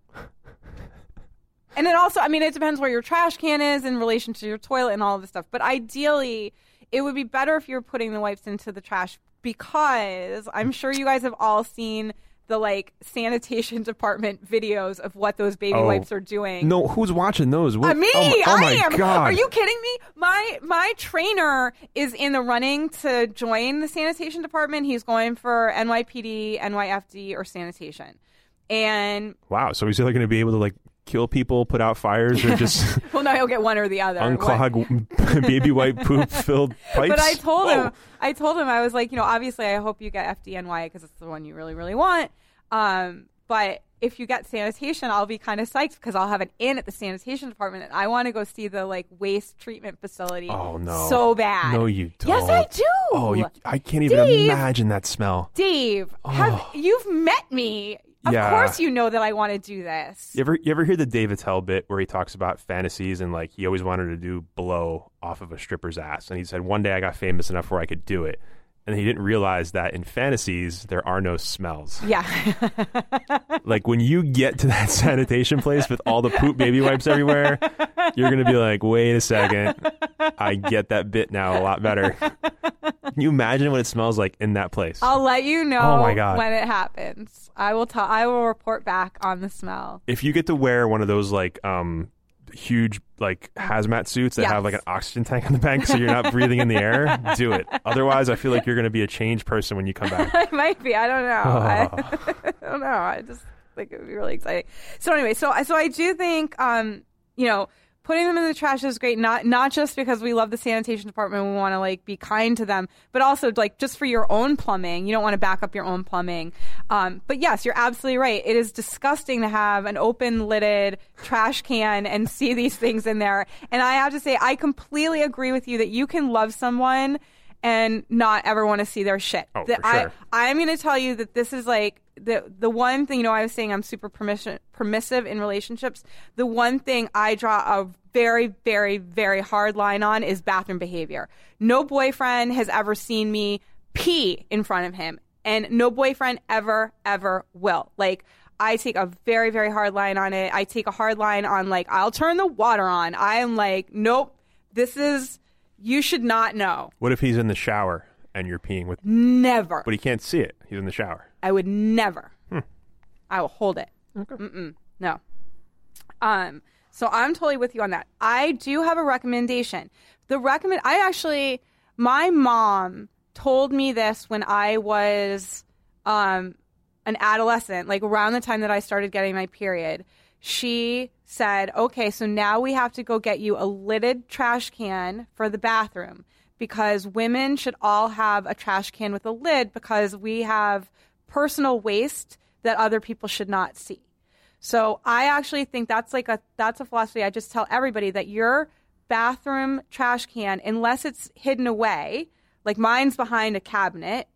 [SPEAKER 2] and it also, I mean, it depends where your trash can is in relation to your toilet and all of this stuff. But ideally, it would be better if you were putting the wipes into the trash because I'm sure you guys have all seen the like sanitation <laughs> department videos of what those baby
[SPEAKER 3] Oh.
[SPEAKER 2] wipes are doing.
[SPEAKER 3] No, who's watching those? What-
[SPEAKER 2] Uh, me,
[SPEAKER 3] Oh my, oh
[SPEAKER 2] I
[SPEAKER 3] my
[SPEAKER 2] am.
[SPEAKER 3] God.
[SPEAKER 2] Are you kidding me? My my trainer is in the running to join the sanitation department. He's going for NYPD, NYFD, or sanitation. And
[SPEAKER 3] Wow. So he's either going to be able to like kill people, put out fires, or
[SPEAKER 2] <laughs>
[SPEAKER 3] just
[SPEAKER 2] Well, no, he'll get one or the other. One-
[SPEAKER 3] unclog <laughs> baby white poop filled pipes.
[SPEAKER 2] <laughs> But I told
[SPEAKER 3] Whoa.
[SPEAKER 2] him, I told him, I was like, you know, obviously, I hope you get FDNY because it's the one you really, really want. Um, but if you get sanitation, I'll be kind of psyched because I'll have an in at the sanitation department, and I want to go see the like waste treatment facility.
[SPEAKER 3] Oh no.
[SPEAKER 2] so bad.
[SPEAKER 3] No, you don't.
[SPEAKER 2] Yes, I do.
[SPEAKER 3] Oh, you, I can't even
[SPEAKER 2] Dave.
[SPEAKER 3] imagine that smell.
[SPEAKER 2] Dave, have, you've met me. Of
[SPEAKER 3] Oh. Yeah.
[SPEAKER 2] course, you know that I want to do this.
[SPEAKER 3] You ever you ever hear the David Tell bit where he talks about fantasies and like he always wanted to do blow off of a stripper's ass and he said one day I got famous enough where I could do it and he didn't realize that in fantasies there are no smells.
[SPEAKER 2] Yeah.
[SPEAKER 3] like when you get to that sanitation place with all the poop baby wipes everywhere, you're gonna be like, wait a second, I get that bit now a lot better. Can you imagine what it smells like in that place?
[SPEAKER 2] <laughs> I'll let you know
[SPEAKER 3] Oh, my God.
[SPEAKER 2] when it happens. I will tell I will report back on the smell.
[SPEAKER 3] if you get to wear one of those like um huge like hazmat suits that
[SPEAKER 2] Yes.
[SPEAKER 3] have like an oxygen tank on the back so you're not breathing in the air do it otherwise i feel like you're going to be a changed person when you come back
[SPEAKER 2] <laughs> I might be. I don't know.
[SPEAKER 3] Oh.
[SPEAKER 2] I, <laughs> I don't know. I just think it would be really exciting. So anyway, so I so I do think um, you know, putting them in the trash is great, not not just because we love the sanitation department, we want to like be kind to them, but also like just for your own plumbing. You don't want to back up your own plumbing. Um, but yes, you're absolutely right. It is disgusting to have an open lidded trash can and <laughs> see these things in there. And I have to say, I completely agree with you that you can love someone and not ever want to see their shit.
[SPEAKER 3] Oh,
[SPEAKER 2] That
[SPEAKER 3] for
[SPEAKER 2] I-
[SPEAKER 3] sure.
[SPEAKER 2] I'm going to tell you that this is like the the one thing. You know, I was saying I'm super permission permissive in relationships. The one thing I draw a very, very, very hard line on is bathroom behavior. No boyfriend has ever seen me pee in front of him, and no boyfriend ever, ever will. Like. I take a very, very hard line on it. I take a hard line on, like, I'll turn the water on. I'm like, nope, this is, you should not know.
[SPEAKER 3] what if he's in the shower and you're peeing with
[SPEAKER 2] Never.
[SPEAKER 3] but he can't see it he's in the shower
[SPEAKER 2] I would never. I will hold it. Mm-mm. No. Um. So I'm totally with you on that. I do have a recommendation. The recommend. I actually, my mom told me this when I was um an adolescent, like around the time that I started getting my period. She said, "Okay, so now we have to go get you a lidded trash can for the bathroom." because women should all have a trash can with a lid because we have personal waste that other people should not see. So I actually think that's like a that's a philosophy I just tell everybody that your bathroom trash can unless it's hidden away, like mine's behind a cabinet,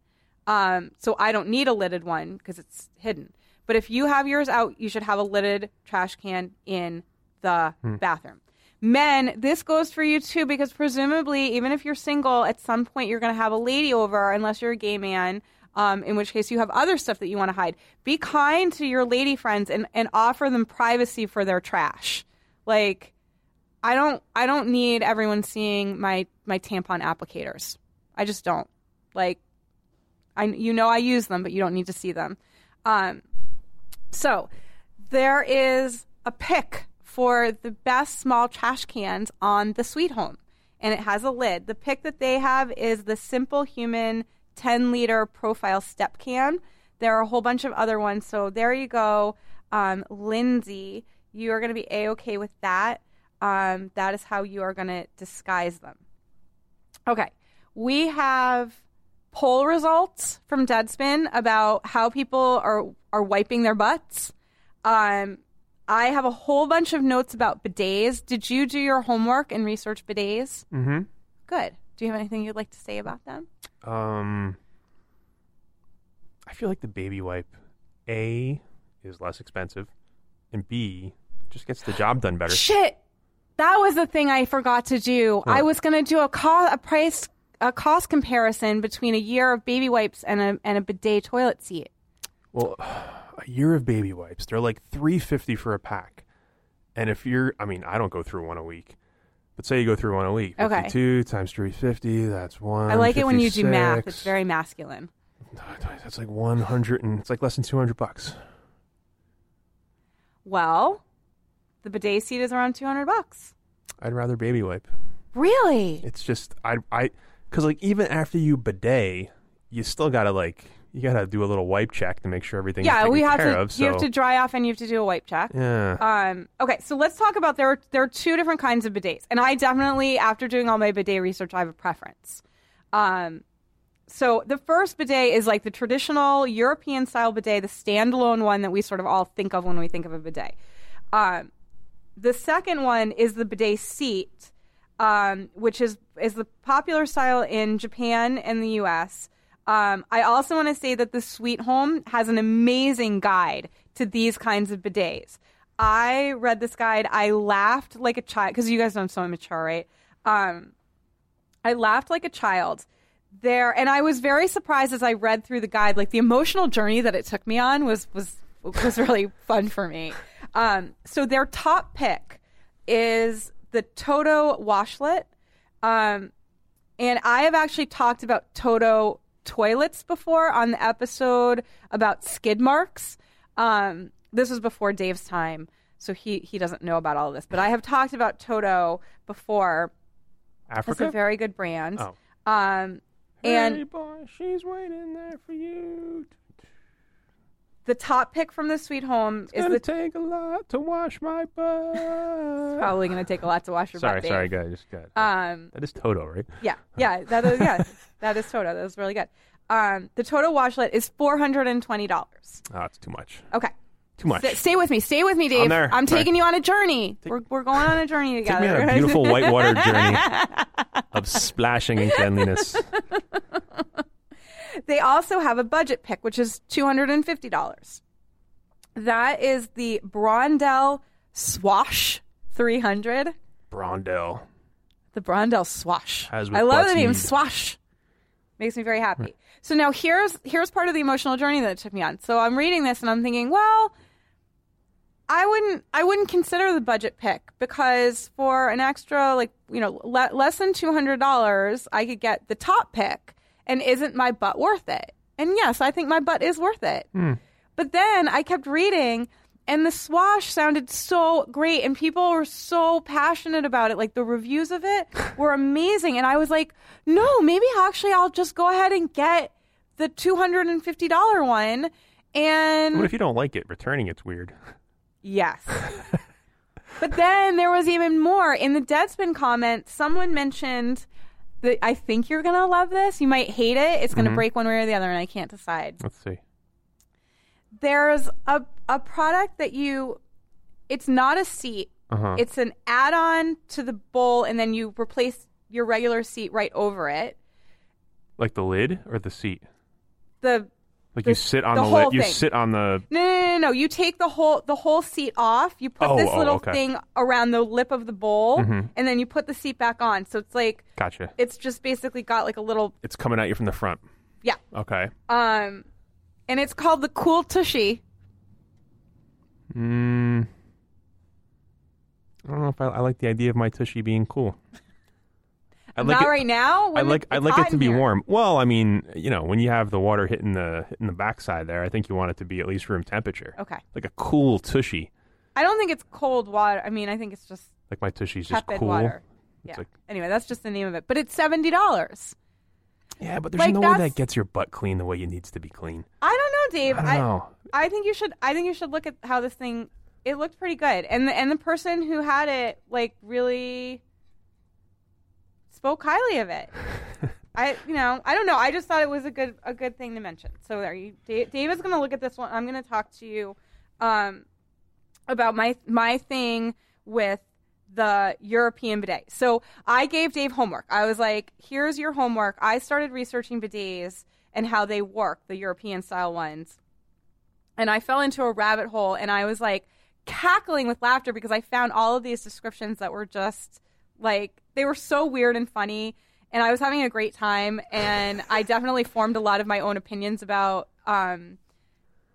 [SPEAKER 2] um, so I don't need a lidded one because it's hidden. But if you have yours out, you should have a lidded trash can in the bathroom. Men, this goes for you too because presumably, even if you're single, at some point you're going to have a lady over, unless you're a gay man. Um, in which case, you have other stuff that you want to hide. Be kind to your lady friends and, and offer them privacy for their trash. Like, I don't I don't need everyone seeing my my tampon applicators. I just don't like I you know I use them, but you don't need to see them. Um, so there is a pick for the best small trash cans on the Sweet Home, and it has a lid. The pick that they have is the Simple Human 10 liter profile step can. There are a whole bunch of other ones, so there you go, um, Lindsay. You are going to be a okay with that. Um, that is how you are going to disguise them. Okay. We have poll results from Deadspin about how people are are wiping their butts. Um, I have a whole bunch of notes about bidets. Did you do your homework and research bidets?
[SPEAKER 3] mm-hmm
[SPEAKER 2] Good. Do you have anything you'd like to say about them?
[SPEAKER 3] Um, I feel like the baby wipe, A, is less expensive, and B, just gets the job done better.
[SPEAKER 2] Shit, that was the thing I forgot to do. I was going to do a cost, a price, a cost comparison between a year of baby wipes and a and a bidet toilet seat.
[SPEAKER 3] Well, <sighs> a year of baby wipes, they're like three fifty for a pack, and if you're, I mean, I don't go through one a week, but say you go through one a week,
[SPEAKER 2] Okay.
[SPEAKER 3] two times three fifty, that's one.
[SPEAKER 2] I like it when you do math. It's
[SPEAKER 3] <sighs>
[SPEAKER 2] very masculine.
[SPEAKER 3] That's like one hundred, and it's like less than two hundred bucks.
[SPEAKER 2] Well, the bidet seat is around 200 bucks.
[SPEAKER 3] I'd rather baby wipe.
[SPEAKER 2] Really?
[SPEAKER 3] It's just I I because like even after you bidet, you still gotta like you gotta do a little wipe check to make sure everything's
[SPEAKER 2] Yeah,
[SPEAKER 3] taken
[SPEAKER 2] we have
[SPEAKER 3] care
[SPEAKER 2] to
[SPEAKER 3] of. So
[SPEAKER 2] you have to dry off and you have to do a wipe check.
[SPEAKER 3] yeah,
[SPEAKER 2] Um, okay, so let's talk about there. There are two different kinds of bidets, and I definitely, after doing all my bidet research, I have a preference. Um, So the first bidet is like the traditional European style bidet, the standalone one that we sort of all think of when we think of a bidet. Um, the second one is the bidet seat, um, which is is the popular style in Japan and the U.S. Um, I also want to say that the Sweet Home has an amazing guide to these kinds of bidets. I read this guide. I laughed like a child because you guys know I'm so immature, right? Um, I laughed like a child there, and I was very surprised as I read through the guide. Like the emotional journey that it took me on was was was really <laughs> fun for me. Um, so their top pick is the Toto washlet, um, and I have actually talked about Toto toilets before on the episode about skid marks. Um, this was before Dave's time, so he he doesn't know about all this. But I have talked about Toto before. It's a
[SPEAKER 3] Africa.
[SPEAKER 2] very good brand.
[SPEAKER 3] Oh.
[SPEAKER 2] Um,
[SPEAKER 3] hey
[SPEAKER 2] and
[SPEAKER 3] boy, she's waiting there for you.
[SPEAKER 2] the top pick from the Sweet Home
[SPEAKER 3] It's
[SPEAKER 2] is
[SPEAKER 3] gonna
[SPEAKER 2] the
[SPEAKER 3] take a lot to wash my butt.
[SPEAKER 2] <laughs> probably going to take a lot to wash your
[SPEAKER 3] sorry,
[SPEAKER 2] butt. Dave.
[SPEAKER 3] sorry, guys, just got
[SPEAKER 2] Um,
[SPEAKER 3] that is Toto, right?
[SPEAKER 2] yeah, yeah, that is
[SPEAKER 3] <laughs>
[SPEAKER 2] yeah, that is Toto. That was really good. Um, the Toto washlet is four hundred and twenty dollars.
[SPEAKER 3] Oh, it's too much.
[SPEAKER 2] Okay,
[SPEAKER 3] Too much.
[SPEAKER 2] S- stay with me. Stay with me, Dave.
[SPEAKER 3] there.
[SPEAKER 2] I'm
[SPEAKER 3] Sorry.
[SPEAKER 2] taking you on a journey. we're we're going on a journey
[SPEAKER 3] Take me
[SPEAKER 2] together.
[SPEAKER 3] on a beautiful whitewater journey of splashing and cleanliness.
[SPEAKER 2] <laughs> They also have a budget pick, which is $250. That is the Brondell Swash 300.
[SPEAKER 3] Brondell.
[SPEAKER 2] The Brondell Swash.
[SPEAKER 3] As with
[SPEAKER 2] I love
[SPEAKER 3] butts
[SPEAKER 2] the name
[SPEAKER 3] need.
[SPEAKER 2] Swash. Makes me very happy. So now here's here's part of the emotional journey that it took me on. So I'm reading this and I'm thinking, well, I wouldn't I wouldn't consider the budget pick because for an extra like you know le- less than two hundred dollars I could get the top pick and isn't my butt worth it? And yes, I think my butt is worth it.
[SPEAKER 3] Hmm.
[SPEAKER 2] But then I kept reading and the swash sounded so great and people were so passionate about it like the reviews of
[SPEAKER 3] <laughs>
[SPEAKER 2] it were amazing and I was like, "No, maybe actually I'll just go ahead and get the $250 one." And
[SPEAKER 3] What if you don't like it? Returning it's weird.
[SPEAKER 2] Yes.
[SPEAKER 3] <laughs>
[SPEAKER 2] but then there was even more. In the Deadspin comment, someone mentioned that I think you're going to love this. You might hate it. It's
[SPEAKER 3] Mm-hmm.
[SPEAKER 2] going to break one way or the other, and I can't decide.
[SPEAKER 3] Let's see.
[SPEAKER 2] There's a, a product that you, it's not a seat,
[SPEAKER 3] Uh-huh.
[SPEAKER 2] it's an add on to the bowl, and then you replace your regular seat right over it.
[SPEAKER 3] Like the lid or the seat?
[SPEAKER 2] The
[SPEAKER 3] Like
[SPEAKER 2] The-
[SPEAKER 3] you sit on
[SPEAKER 2] the
[SPEAKER 3] the,
[SPEAKER 2] whole
[SPEAKER 3] lid. You
[SPEAKER 2] thing.
[SPEAKER 3] sit on the.
[SPEAKER 2] No, no, no, no, no. You take the whole the whole seat off. You put
[SPEAKER 3] Oh,
[SPEAKER 2] this
[SPEAKER 3] oh,
[SPEAKER 2] little
[SPEAKER 3] okay.
[SPEAKER 2] thing around the lip of the bowl,
[SPEAKER 3] Mhm.
[SPEAKER 2] and then you put the seat back on. So it's like
[SPEAKER 3] Gotcha.
[SPEAKER 2] it's just basically got like a little
[SPEAKER 3] It's coming at you from the front.
[SPEAKER 2] yeah.
[SPEAKER 3] Okay.
[SPEAKER 2] Um, and it's called the Cool Tushy.
[SPEAKER 3] Mm, I don't know if I, I like the idea of my tushy being cool. I like
[SPEAKER 2] Not
[SPEAKER 3] it,
[SPEAKER 2] right now.
[SPEAKER 3] I
[SPEAKER 2] when
[SPEAKER 3] like
[SPEAKER 2] it's
[SPEAKER 3] I like
[SPEAKER 2] hot
[SPEAKER 3] it to
[SPEAKER 2] in
[SPEAKER 3] be
[SPEAKER 2] here.
[SPEAKER 3] warm. Well, I mean, you know, when you have the water hitting the hitting the backside there, I think you want it to be at least room temperature.
[SPEAKER 2] Okay.
[SPEAKER 3] Like a cool tushy.
[SPEAKER 2] I don't think it's cold water. I mean, I think it's just
[SPEAKER 3] Like my tushy's just
[SPEAKER 2] tepid
[SPEAKER 3] cool.
[SPEAKER 2] water. Yeah.
[SPEAKER 3] like-
[SPEAKER 2] anyway, that's just the name of it. But it's seventy dollars.
[SPEAKER 3] Yeah, but there's
[SPEAKER 2] Like,
[SPEAKER 3] no way
[SPEAKER 2] that's-
[SPEAKER 3] that gets your butt clean the way it needs to be clean.
[SPEAKER 2] I don't know, Dave.
[SPEAKER 3] I don't know.
[SPEAKER 2] I think you should. I think you should look at how this thing. It looked pretty good, and the and the person who had it like really spoke highly of it. I you know I don't know. I just thought it was a good a good thing to mention. So there you, Dave, Dave is going to look at this one. I'm going to talk to you um, about my my thing with the European bidet. So I gave Dave homework. I was like, here's your homework. I started researching bidets and how they work, the European style ones. And I fell into a rabbit hole and I was like cackling with laughter because I found all of these descriptions that were just like they were so weird and funny and I was having a great time and I definitely formed a lot of my own opinions about um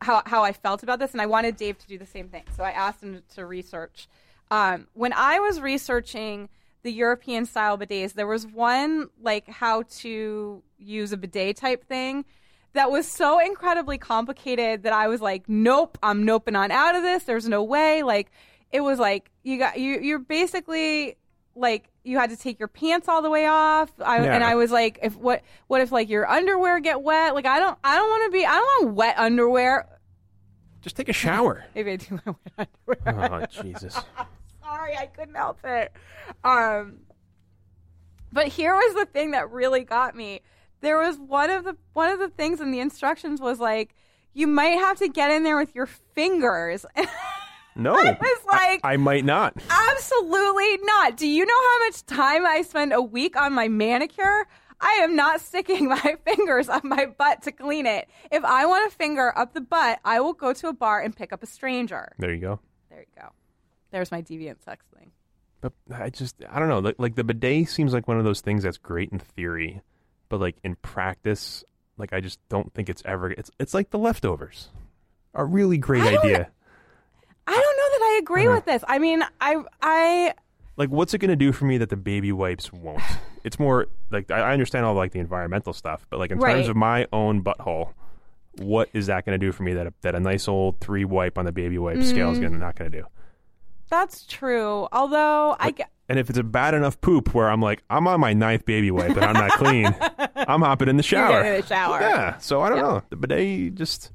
[SPEAKER 2] how, how I felt about this, and I wanted Dave to do the same thing. So I asked him to research. Um, when I was researching the European style bidets, there was one like how to use a bidet type thing that was so incredibly complicated that I was like, nope, I'm noping on out of this. There's no way. Like, it was like you got you. You're basically like you had to take your pants all the way off. I, And
[SPEAKER 3] Yeah.
[SPEAKER 2] I was was like if what what if like your underwear get wet like i don't i don't want to be i don't want wet underwear
[SPEAKER 3] Just take a shower.
[SPEAKER 2] maybe i do <laughs> want wet underwear
[SPEAKER 3] <laughs> oh Jesus.
[SPEAKER 2] sorry i couldn't help it um but here was the thing that really got me there was one of the one of the things in the instructions was like you might have to get in there with your fingers. <laughs> And
[SPEAKER 3] No,
[SPEAKER 2] <laughs> I was like,
[SPEAKER 3] I might not.
[SPEAKER 2] absolutely not. Do you know how much time I spend a week on my manicure? I am not sticking <laughs> my fingers on my butt to clean it. If I want a finger up the butt, I will go to a bar and pick up a stranger.
[SPEAKER 3] There you go.
[SPEAKER 2] There you go. There's my deviant sex thing.
[SPEAKER 3] But I just I don't know. Like, like the bidet seems like one of those things that's great in theory, but like in practice, like I just don't think it's ever. It's it's like the leftovers. A really great
[SPEAKER 2] I don't-
[SPEAKER 3] idea.
[SPEAKER 2] I don't know that I agree
[SPEAKER 3] Uh-huh.
[SPEAKER 2] with this. I mean, I I
[SPEAKER 3] Like, what's it going to do for me that the baby
[SPEAKER 2] <sighs>
[SPEAKER 3] wipes won't? It's more like I I understand all like the environmental stuff, but like in terms
[SPEAKER 2] Right.
[SPEAKER 3] of my own butthole, what is that going to do for me that a, that a nice old three wipe on the baby wipe scale is
[SPEAKER 2] Mm.
[SPEAKER 3] gonna, not going to do?
[SPEAKER 2] that's true. Although I g-
[SPEAKER 3] And if it's a bad enough poop where I'm like, I'm on my ninth baby wipe and I'm
[SPEAKER 2] <laughs>
[SPEAKER 3] not clean, I'm hopping in the shower.
[SPEAKER 2] getting in the shower.
[SPEAKER 3] Yeah. So I don't know. The bidet just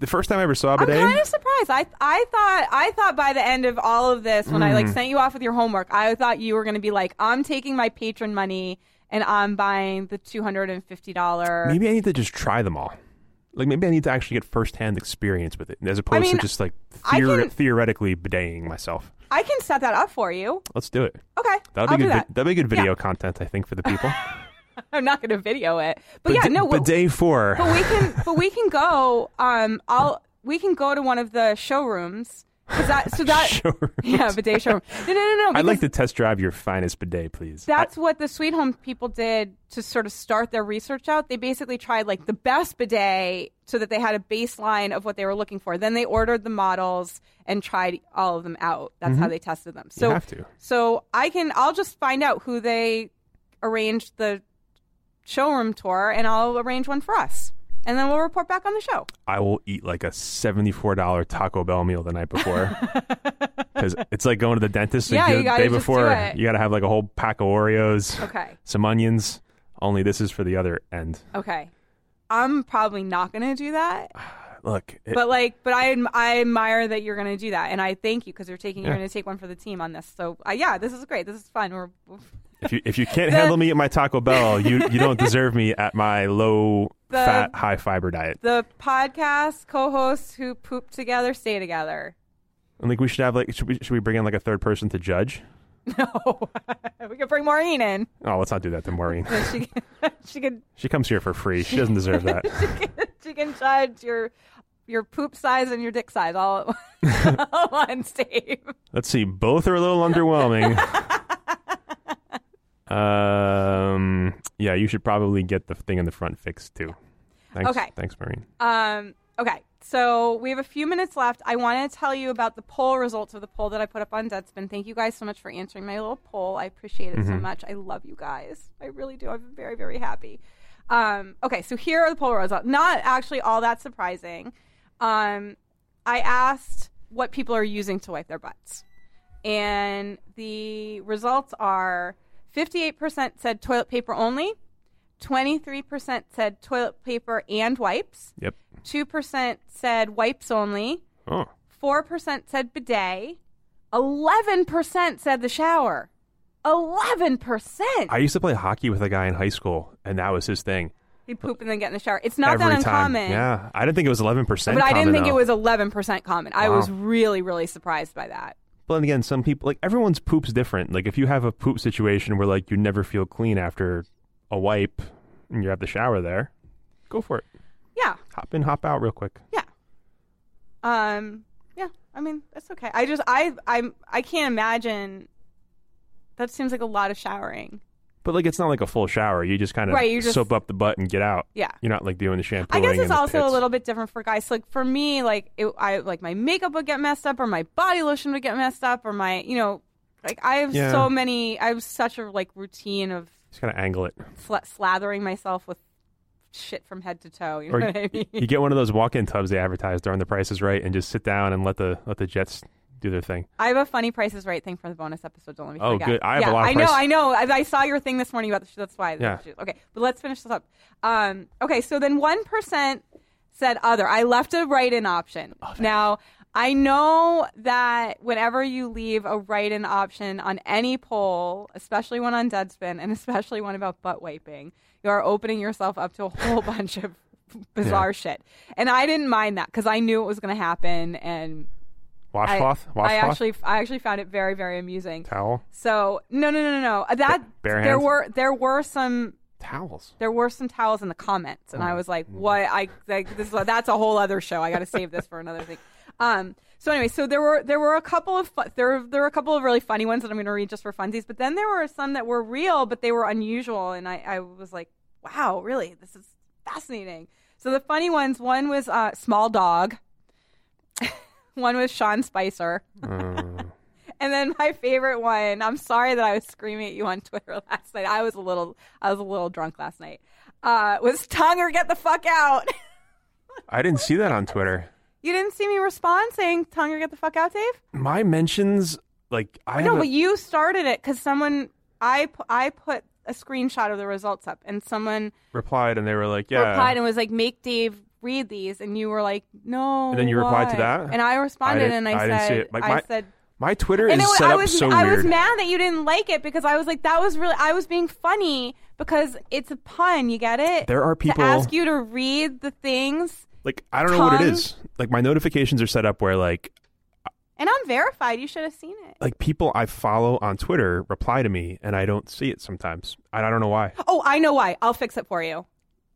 [SPEAKER 3] the first time I ever saw
[SPEAKER 2] I'm
[SPEAKER 3] a bidet.
[SPEAKER 2] kind of surprised. I I thought I thought by the end of all of this, when I like
[SPEAKER 3] Hmm.
[SPEAKER 2] sent you off with your homework, I thought you were going to be like, I'm taking my patron money and I'm buying the two hundred and fifty dollar.
[SPEAKER 3] maybe I need to just try them all. Like maybe I need to actually get firsthand experience with it, as opposed
[SPEAKER 2] mean,
[SPEAKER 3] to just like
[SPEAKER 2] I
[SPEAKER 3] theor-
[SPEAKER 2] can-
[SPEAKER 3] theoretically bideting myself.
[SPEAKER 2] I can set that up for you.
[SPEAKER 3] Let's do it.
[SPEAKER 2] Okay,
[SPEAKER 3] That'll
[SPEAKER 2] Oh, I'll
[SPEAKER 3] be
[SPEAKER 2] do
[SPEAKER 3] good.
[SPEAKER 2] that.
[SPEAKER 3] That'll be good video content,
[SPEAKER 2] <sighs>
[SPEAKER 3] I think, for the people.
[SPEAKER 2] I'm not going to video it, but yeah, no,
[SPEAKER 3] But
[SPEAKER 2] but,
[SPEAKER 3] day four. <laughs>
[SPEAKER 2] but we can but we can go. Um, I'll we can go to one of the showrooms. 'Cause That, so
[SPEAKER 3] <laughs>
[SPEAKER 2] that
[SPEAKER 3] Showrooms.
[SPEAKER 2] <laughs> yeah, bidet showroom. No, no, no, no.
[SPEAKER 3] I'd
[SPEAKER 2] because-
[SPEAKER 3] like to test drive your finest bidet, please. I-
[SPEAKER 2] that's what the Sweet Home people did to sort of start their research out. They basically tried like the best bidet so that they had a baseline of what they were looking for. Then they ordered the models and tried all of them out. That's how they tested them. So
[SPEAKER 3] Mm-hmm. have to.
[SPEAKER 2] So I can I'll just find out who they arranged the showroom tour and I'll arrange one for us. And then we'll report back on the show.
[SPEAKER 3] I will eat like a $74 Taco Bell meal the
[SPEAKER 2] <laughs>
[SPEAKER 3] night before. Because it's like going to the dentist like,
[SPEAKER 2] Yeah,
[SPEAKER 3] the
[SPEAKER 2] you gotta
[SPEAKER 3] day
[SPEAKER 2] just do
[SPEAKER 3] before.
[SPEAKER 2] it.
[SPEAKER 3] You got to have like a whole pack of Oreos,
[SPEAKER 2] Okay.
[SPEAKER 3] some onions. Only this is for the other end.
[SPEAKER 2] Okay. I'm probably not going to do that.
[SPEAKER 3] Look, it-
[SPEAKER 2] but like but i adm- i admire that you're gonna do that and i thank you because you're taking you're
[SPEAKER 3] Yeah.
[SPEAKER 2] gonna take one for the team on this so uh, yeah this is great this is fun we're, we're-
[SPEAKER 3] if you if you
[SPEAKER 2] <laughs>
[SPEAKER 3] can't handle me at my Taco Bell, you, you don't deserve me at my low
[SPEAKER 2] The-
[SPEAKER 3] fat, high fiber diet.
[SPEAKER 2] the podcast co-hosts who poop together stay together <laughs>
[SPEAKER 3] I think we should have like should we, should we bring in like a third person to judge?
[SPEAKER 2] no <laughs> we could bring maureen in <laughs>
[SPEAKER 3] Oh, let's not do that to Maureen.
[SPEAKER 2] she can <laughs> she can
[SPEAKER 3] she comes here for
[SPEAKER 2] <laughs>
[SPEAKER 3] free. She doesn't deserve that.
[SPEAKER 2] she can judge your your poop size and your dick size all <laughs> at once- all on stage
[SPEAKER 3] Let's see. Both are a little
[SPEAKER 2] <laughs>
[SPEAKER 3] underwhelming. um. Yeah, you should probably get the thing in the front fixed too. Thanks,
[SPEAKER 2] Okay.
[SPEAKER 3] Thanks, Maureen.
[SPEAKER 2] Um, okay, so we have a few minutes left. I want to tell you about the poll results of the poll that I put up on Deadspin. Thank you guys so much for answering my little poll. I appreciate it so much. I love you guys. I really do. I'm very, very happy. Um, okay, so here are the poll results. Not actually all that surprising. Um, I asked what people are using to wipe their butts. And the results are 58% said toilet paper only, 23% said toilet paper and wipes,
[SPEAKER 3] Yep.
[SPEAKER 2] 2% said wipes only,
[SPEAKER 3] Oh,
[SPEAKER 2] 4% said bidet, 11% said the shower. 11%!
[SPEAKER 3] I used to play hockey with a guy in high school, and that was his thing.
[SPEAKER 2] He'd poop and then get in the shower. It's not
[SPEAKER 3] Every
[SPEAKER 2] that
[SPEAKER 3] time.
[SPEAKER 2] uncommon.
[SPEAKER 3] Yeah, I didn't think it was eleven percent.
[SPEAKER 2] But I didn't think it was 11% common. I
[SPEAKER 3] Wow.
[SPEAKER 2] was really, really surprised by that.
[SPEAKER 3] But then again, some people like everyone's poops different. Like if you have a poop situation where like you never feel clean after a wipe, and you're at the shower there, go for it.
[SPEAKER 2] Yeah.
[SPEAKER 3] Hop in, hop out, real quick.
[SPEAKER 2] Yeah. Um. Yeah. I mean, that's okay. I just I I'm I can't imagine. That seems like a lot of showering.
[SPEAKER 3] But like, it's not like a full shower. You just kind of
[SPEAKER 2] Right, you just-
[SPEAKER 3] soap up the butt and get out.
[SPEAKER 2] Yeah.
[SPEAKER 3] you're not like doing the shampoo.
[SPEAKER 2] I guess it's also a little bit different for guys. Like for me, like it, I like my makeup would get messed up, or my body lotion would get messed up, or my you know, like I have
[SPEAKER 3] Yeah.
[SPEAKER 2] so many. I have such a like routine of
[SPEAKER 3] Just kind of angle
[SPEAKER 2] <laughs>
[SPEAKER 3] it,
[SPEAKER 2] sl- slathering myself with shit from head to toe. You know
[SPEAKER 3] or
[SPEAKER 2] what I mean?
[SPEAKER 3] you get one of those walk-in tubs they advertise during the prices right, and just sit down and let the let the jets do their thing.
[SPEAKER 2] I have a funny Price is Right thing for the bonus episode. Don't let me
[SPEAKER 3] Oh,
[SPEAKER 2] forget.
[SPEAKER 3] good. I have a
[SPEAKER 2] Yeah,
[SPEAKER 3] lot of
[SPEAKER 2] I know.
[SPEAKER 3] Price-
[SPEAKER 2] I know. I, I saw your thing this morning about the. That's why.
[SPEAKER 3] Yeah.
[SPEAKER 2] Okay, but let's finish this up.
[SPEAKER 3] Oh,
[SPEAKER 2] Um, okay, so then one percent said other. I left a write-in option. Now I know that whenever you leave a write in option on any poll, especially one on Deadspin and <laughs> especially one about butt wiping, you are opening yourself up to a whole <laughs> bunch of bizarre shit. And I didn't mind that because I knew it was going to happen. And I,
[SPEAKER 3] Washcloth,
[SPEAKER 2] I
[SPEAKER 3] washcloth,
[SPEAKER 2] actually, I actually found it very, very amusing.
[SPEAKER 3] towel,
[SPEAKER 2] So no, no, no, no, no. That there
[SPEAKER 3] bare hands?
[SPEAKER 2] were there were some
[SPEAKER 3] towels.
[SPEAKER 2] there were some towels in the comments,
[SPEAKER 3] Oh.
[SPEAKER 2] and I was like, "What? I like this? Is, that's a whole other show. I got to save this for another thing." Um. So anyway, so there were there were a couple of fu- there were- there were a couple of really funny ones that I'm going to read just for funsies, but then there were some that were real, but they were unusual, and I I was like, "Wow, really? This is fascinating." So the funny ones, one was uh, small dog, <laughs> one was Sean Spicer. And then my favorite one. I'm sorry that I was screaming at you on Twitter <laughs> last night. I was a little, I was a little drunk last night. Uh, was tongue or get the fuck out? <laughs>
[SPEAKER 3] I didn't see that on Twitter.
[SPEAKER 2] you didn't see me respond saying tongue or get the fuck out, Dave.
[SPEAKER 3] My mentions, like I
[SPEAKER 2] No,
[SPEAKER 3] have a-
[SPEAKER 2] but you started it because someone I pu- I put a screenshot of the results up, and someone
[SPEAKER 3] replied, and they were like, "Yeah."
[SPEAKER 2] replied and was like, "Make Dave read these," and you were like, "No."
[SPEAKER 3] And then you replied to
[SPEAKER 2] why?"
[SPEAKER 3] that?
[SPEAKER 2] and I responded,
[SPEAKER 3] didn't-
[SPEAKER 2] and I,
[SPEAKER 3] I
[SPEAKER 2] said,
[SPEAKER 3] didn't see it. Like,
[SPEAKER 2] "I
[SPEAKER 3] my-
[SPEAKER 2] said."
[SPEAKER 3] My Twitter
[SPEAKER 2] And
[SPEAKER 3] is
[SPEAKER 2] it was,
[SPEAKER 3] set
[SPEAKER 2] I
[SPEAKER 3] up
[SPEAKER 2] was
[SPEAKER 3] so
[SPEAKER 2] I
[SPEAKER 3] weird.
[SPEAKER 2] was mad that you didn't like it because I was like that was really I was being funny because it's a pun. You get it?
[SPEAKER 3] There are people-
[SPEAKER 2] to ask you to read the things,
[SPEAKER 3] Like I don't know what it
[SPEAKER 2] Tongue?
[SPEAKER 3] is. Like my notifications are set up where like
[SPEAKER 2] and I'm verified. You should have seen it.
[SPEAKER 3] like people I follow on Twitter reply to me, and I don't see it sometimes. I, I don't know why.
[SPEAKER 2] Oh, I know why. I'll fix it for you.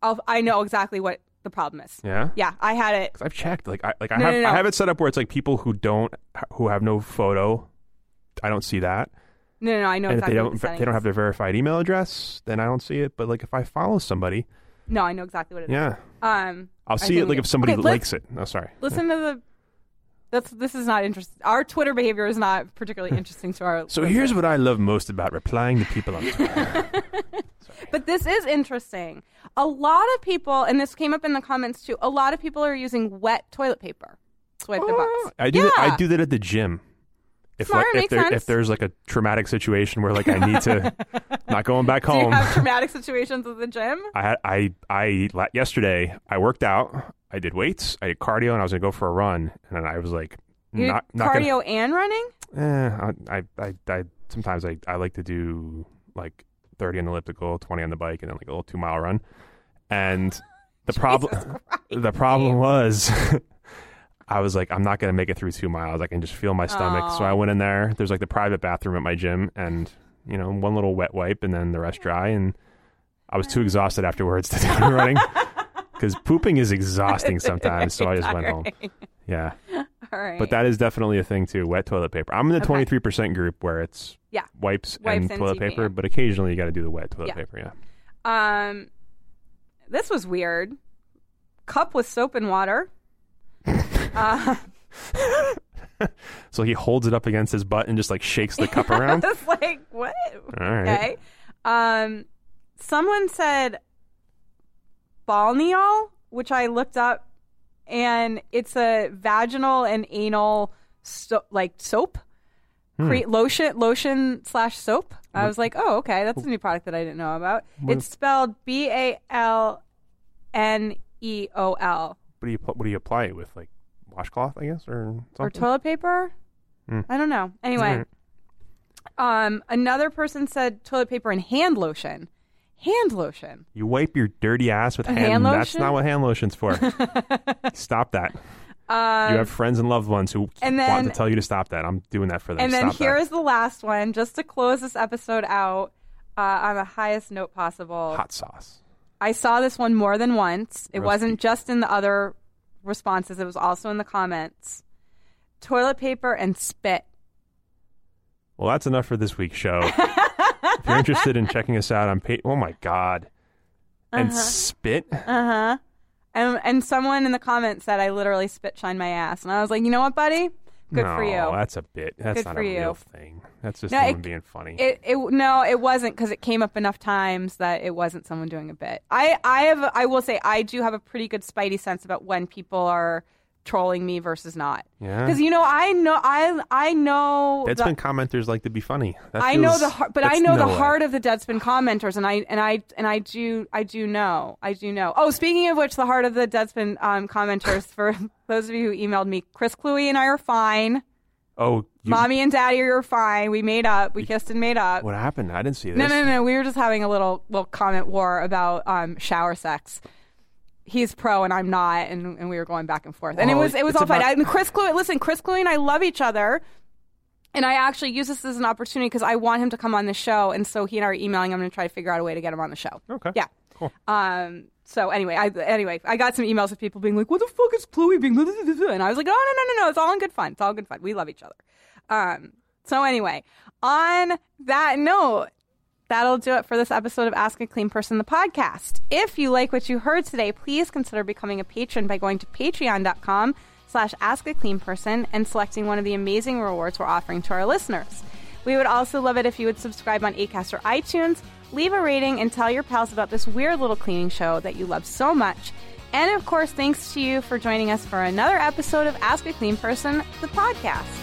[SPEAKER 2] I'll I know exactly what the problem is.
[SPEAKER 3] Yeah.
[SPEAKER 2] <gasps> Yeah, I had it.
[SPEAKER 3] 'Cause I've checked. Like I like I
[SPEAKER 2] No,
[SPEAKER 3] have
[SPEAKER 2] no, no.
[SPEAKER 3] I have it set up where it's like people who don't who have no photo. I don't see that.
[SPEAKER 2] No, no, no I know
[SPEAKER 3] and if they
[SPEAKER 2] exactly.
[SPEAKER 3] don't
[SPEAKER 2] what the
[SPEAKER 3] they don't
[SPEAKER 2] setting
[SPEAKER 3] have
[SPEAKER 2] is.
[SPEAKER 3] their verified email address, then I don't see it. But like if I follow somebody,
[SPEAKER 2] No, I know exactly what it is.
[SPEAKER 3] yeah,
[SPEAKER 2] Um,
[SPEAKER 3] I'll
[SPEAKER 2] I
[SPEAKER 3] see it.
[SPEAKER 2] think-
[SPEAKER 3] Like if somebody
[SPEAKER 2] Okay, let's-
[SPEAKER 3] likes it. No, sorry.
[SPEAKER 2] Listen to the. That's this is not interesting. Our Twitter behavior is not
[SPEAKER 3] <laughs>
[SPEAKER 2] particularly interesting to our.
[SPEAKER 3] So here's what I love most about replying to
[SPEAKER 2] <laughs>
[SPEAKER 3] people on Twitter.
[SPEAKER 2] But this is interesting. A lot of people, and this came up in the comments too, a lot of people are using wet toilet paper. to wipe their butts.
[SPEAKER 3] I do
[SPEAKER 2] yeah.
[SPEAKER 3] that, I do that at the gym. If
[SPEAKER 2] Smart,
[SPEAKER 3] like if,
[SPEAKER 2] makes
[SPEAKER 3] there,
[SPEAKER 2] sense.
[SPEAKER 3] if there's like a traumatic situation where like I
[SPEAKER 2] <laughs>
[SPEAKER 3] need to not going back
[SPEAKER 2] <laughs> Do you
[SPEAKER 3] home. <laughs>
[SPEAKER 2] have traumatic situations at the gym?
[SPEAKER 3] I had I I la- yesterday I worked out. I did weights. I did cardio, and I was gonna go for a run. And then I was like,
[SPEAKER 2] You
[SPEAKER 3] not
[SPEAKER 2] do
[SPEAKER 3] not
[SPEAKER 2] cardio and running?
[SPEAKER 3] Gonna, eh, I, I I I sometimes I I like to do like thirty on the elliptical, twenty on the bike, and then like a little two mile run. And the problem the problem was. <laughs> I was like, I'm not gonna make it through two miles. I can just feel my stomach. So I went in there. There's like the private bathroom at my gym, and you know, one little wet wipe, and then the rest dry. And I was too exhausted afterwards to do the running <laughs> because pooping is exhausting sometimes. So I just went home. Yeah,
[SPEAKER 2] All right.
[SPEAKER 3] but that is definitely a thing too. Wet toilet paper. I'm in the 23 percent group where it's
[SPEAKER 2] Yeah.
[SPEAKER 3] wipes,
[SPEAKER 2] Wipes
[SPEAKER 3] and,
[SPEAKER 2] and
[SPEAKER 3] toilet
[SPEAKER 2] TP,
[SPEAKER 3] paper,
[SPEAKER 2] yeah.
[SPEAKER 3] but occasionally you got to do the wet toilet
[SPEAKER 2] Yeah.
[SPEAKER 3] paper. Yeah.
[SPEAKER 2] um, this was weird. Cup with soap and water. <laughs>
[SPEAKER 3] So he holds it up against his butt and just like shakes
[SPEAKER 2] <laughs>
[SPEAKER 3] the cup around.
[SPEAKER 2] It's like what?
[SPEAKER 3] All right.
[SPEAKER 2] Okay. Um, someone said balneol, which I looked up, and it's a vaginal and anal so- like soap, Cre- lotion, lotion slash soap. I was like, oh, okay, that's a new product that I didn't know about. It's spelled B A L N E O L
[SPEAKER 3] What do you pl- what do you apply it with? Like washcloth, I guess, or
[SPEAKER 2] or
[SPEAKER 3] something.
[SPEAKER 2] toilet paper. I don't know. Anyway, um, another person said toilet paper and hand lotion. Hand lotion.
[SPEAKER 3] you wipe your dirty ass with hand.
[SPEAKER 2] Hand
[SPEAKER 3] That's
[SPEAKER 2] lotion?
[SPEAKER 3] not what hand
[SPEAKER 2] <laughs>
[SPEAKER 3] lotion's for. stop that. you have friends and loved ones who
[SPEAKER 2] Uh, and
[SPEAKER 3] want
[SPEAKER 2] then-
[SPEAKER 3] to tell you to stop that. I'm doing that for them.
[SPEAKER 2] And then
[SPEAKER 3] Stop that.
[SPEAKER 2] here is the last one, just to close this episode out uh, on the highest note possible.
[SPEAKER 3] hot sauce.
[SPEAKER 2] I saw this one more than once. It
[SPEAKER 3] Roast
[SPEAKER 2] wasn't just in the other responses, it was also in the comments. Toilet paper and spit.
[SPEAKER 3] Well, that's enough for this
[SPEAKER 2] <laughs>
[SPEAKER 3] week's show. if you're interested in checking us out on pa- oh my god, and
[SPEAKER 2] Uh-huh.
[SPEAKER 3] spit.
[SPEAKER 2] And, and someone in the comments said, I literally spit shine my ass. And I was like, you know what, buddy? Good
[SPEAKER 3] no,
[SPEAKER 2] for you.
[SPEAKER 3] That's a bit. That's
[SPEAKER 2] Good
[SPEAKER 3] not
[SPEAKER 2] for
[SPEAKER 3] a
[SPEAKER 2] you.
[SPEAKER 3] real thing. That's just
[SPEAKER 2] No,
[SPEAKER 3] someone
[SPEAKER 2] it-
[SPEAKER 3] being funny.
[SPEAKER 2] It, it no, it wasn't because it came up enough times that it wasn't someone doing a bit. I I have I will say I do have a pretty good spidey sense about when people are trolling me versus not.
[SPEAKER 3] Yeah.
[SPEAKER 2] Because you know, I know, I I know.
[SPEAKER 3] That's
[SPEAKER 2] the-
[SPEAKER 3] when commenters like to be funny. That
[SPEAKER 2] I know
[SPEAKER 3] feels-
[SPEAKER 2] the heart, but I
[SPEAKER 3] that's
[SPEAKER 2] know
[SPEAKER 3] no
[SPEAKER 2] the
[SPEAKER 3] way.
[SPEAKER 2] heart of the Deadspin commenters, and I and I and I do I do know I do know. Oh, speaking of which, the heart of the Deadspin um, commenters
[SPEAKER 3] <laughs>
[SPEAKER 2] for those of you who emailed me, Chris Cluey and I are fine.
[SPEAKER 3] Oh, you,
[SPEAKER 2] Mommy and Daddy are fine. We made up. We kissed and made up.
[SPEAKER 3] What happened? I didn't see this.
[SPEAKER 2] No, no, no. We were just having a little little comment war about um, shower sex. He's pro and I'm not, and, and we were going back and forth. And it
[SPEAKER 3] Well,
[SPEAKER 2] was it was
[SPEAKER 3] it's
[SPEAKER 2] all fine.
[SPEAKER 3] about-
[SPEAKER 2] I, and Chris Cluey, listen, Chris Cluey and I love each other. And I actually use this as an opportunity because I want him to come on the show, and so he and I are emailing. I'm going to try to figure out a way to get him on the show.
[SPEAKER 3] Okay.
[SPEAKER 2] Yeah.
[SPEAKER 3] Oh, Cool.
[SPEAKER 2] Um. So anyway, I anyway I got some emails of people being like, "What the fuck is Chloe being?" And I was like, "No, no, no, no, no. It's all in good fun. It's all in good fun. We love each other." Um. So anyway, on that note, That'll do it for this episode of Ask a Clean Person, the podcast. If you like what you heard today, please consider becoming a patron by going to patreon.com slash ask a clean person and selecting one of the amazing rewards we're offering to our listeners. We would also love it if you would subscribe on ACAST or iTunes, leave a rating, and tell your pals about this weird little cleaning show that you love so much. And of course, thanks to you for joining us for another episode of Ask a Clean Person, the podcast.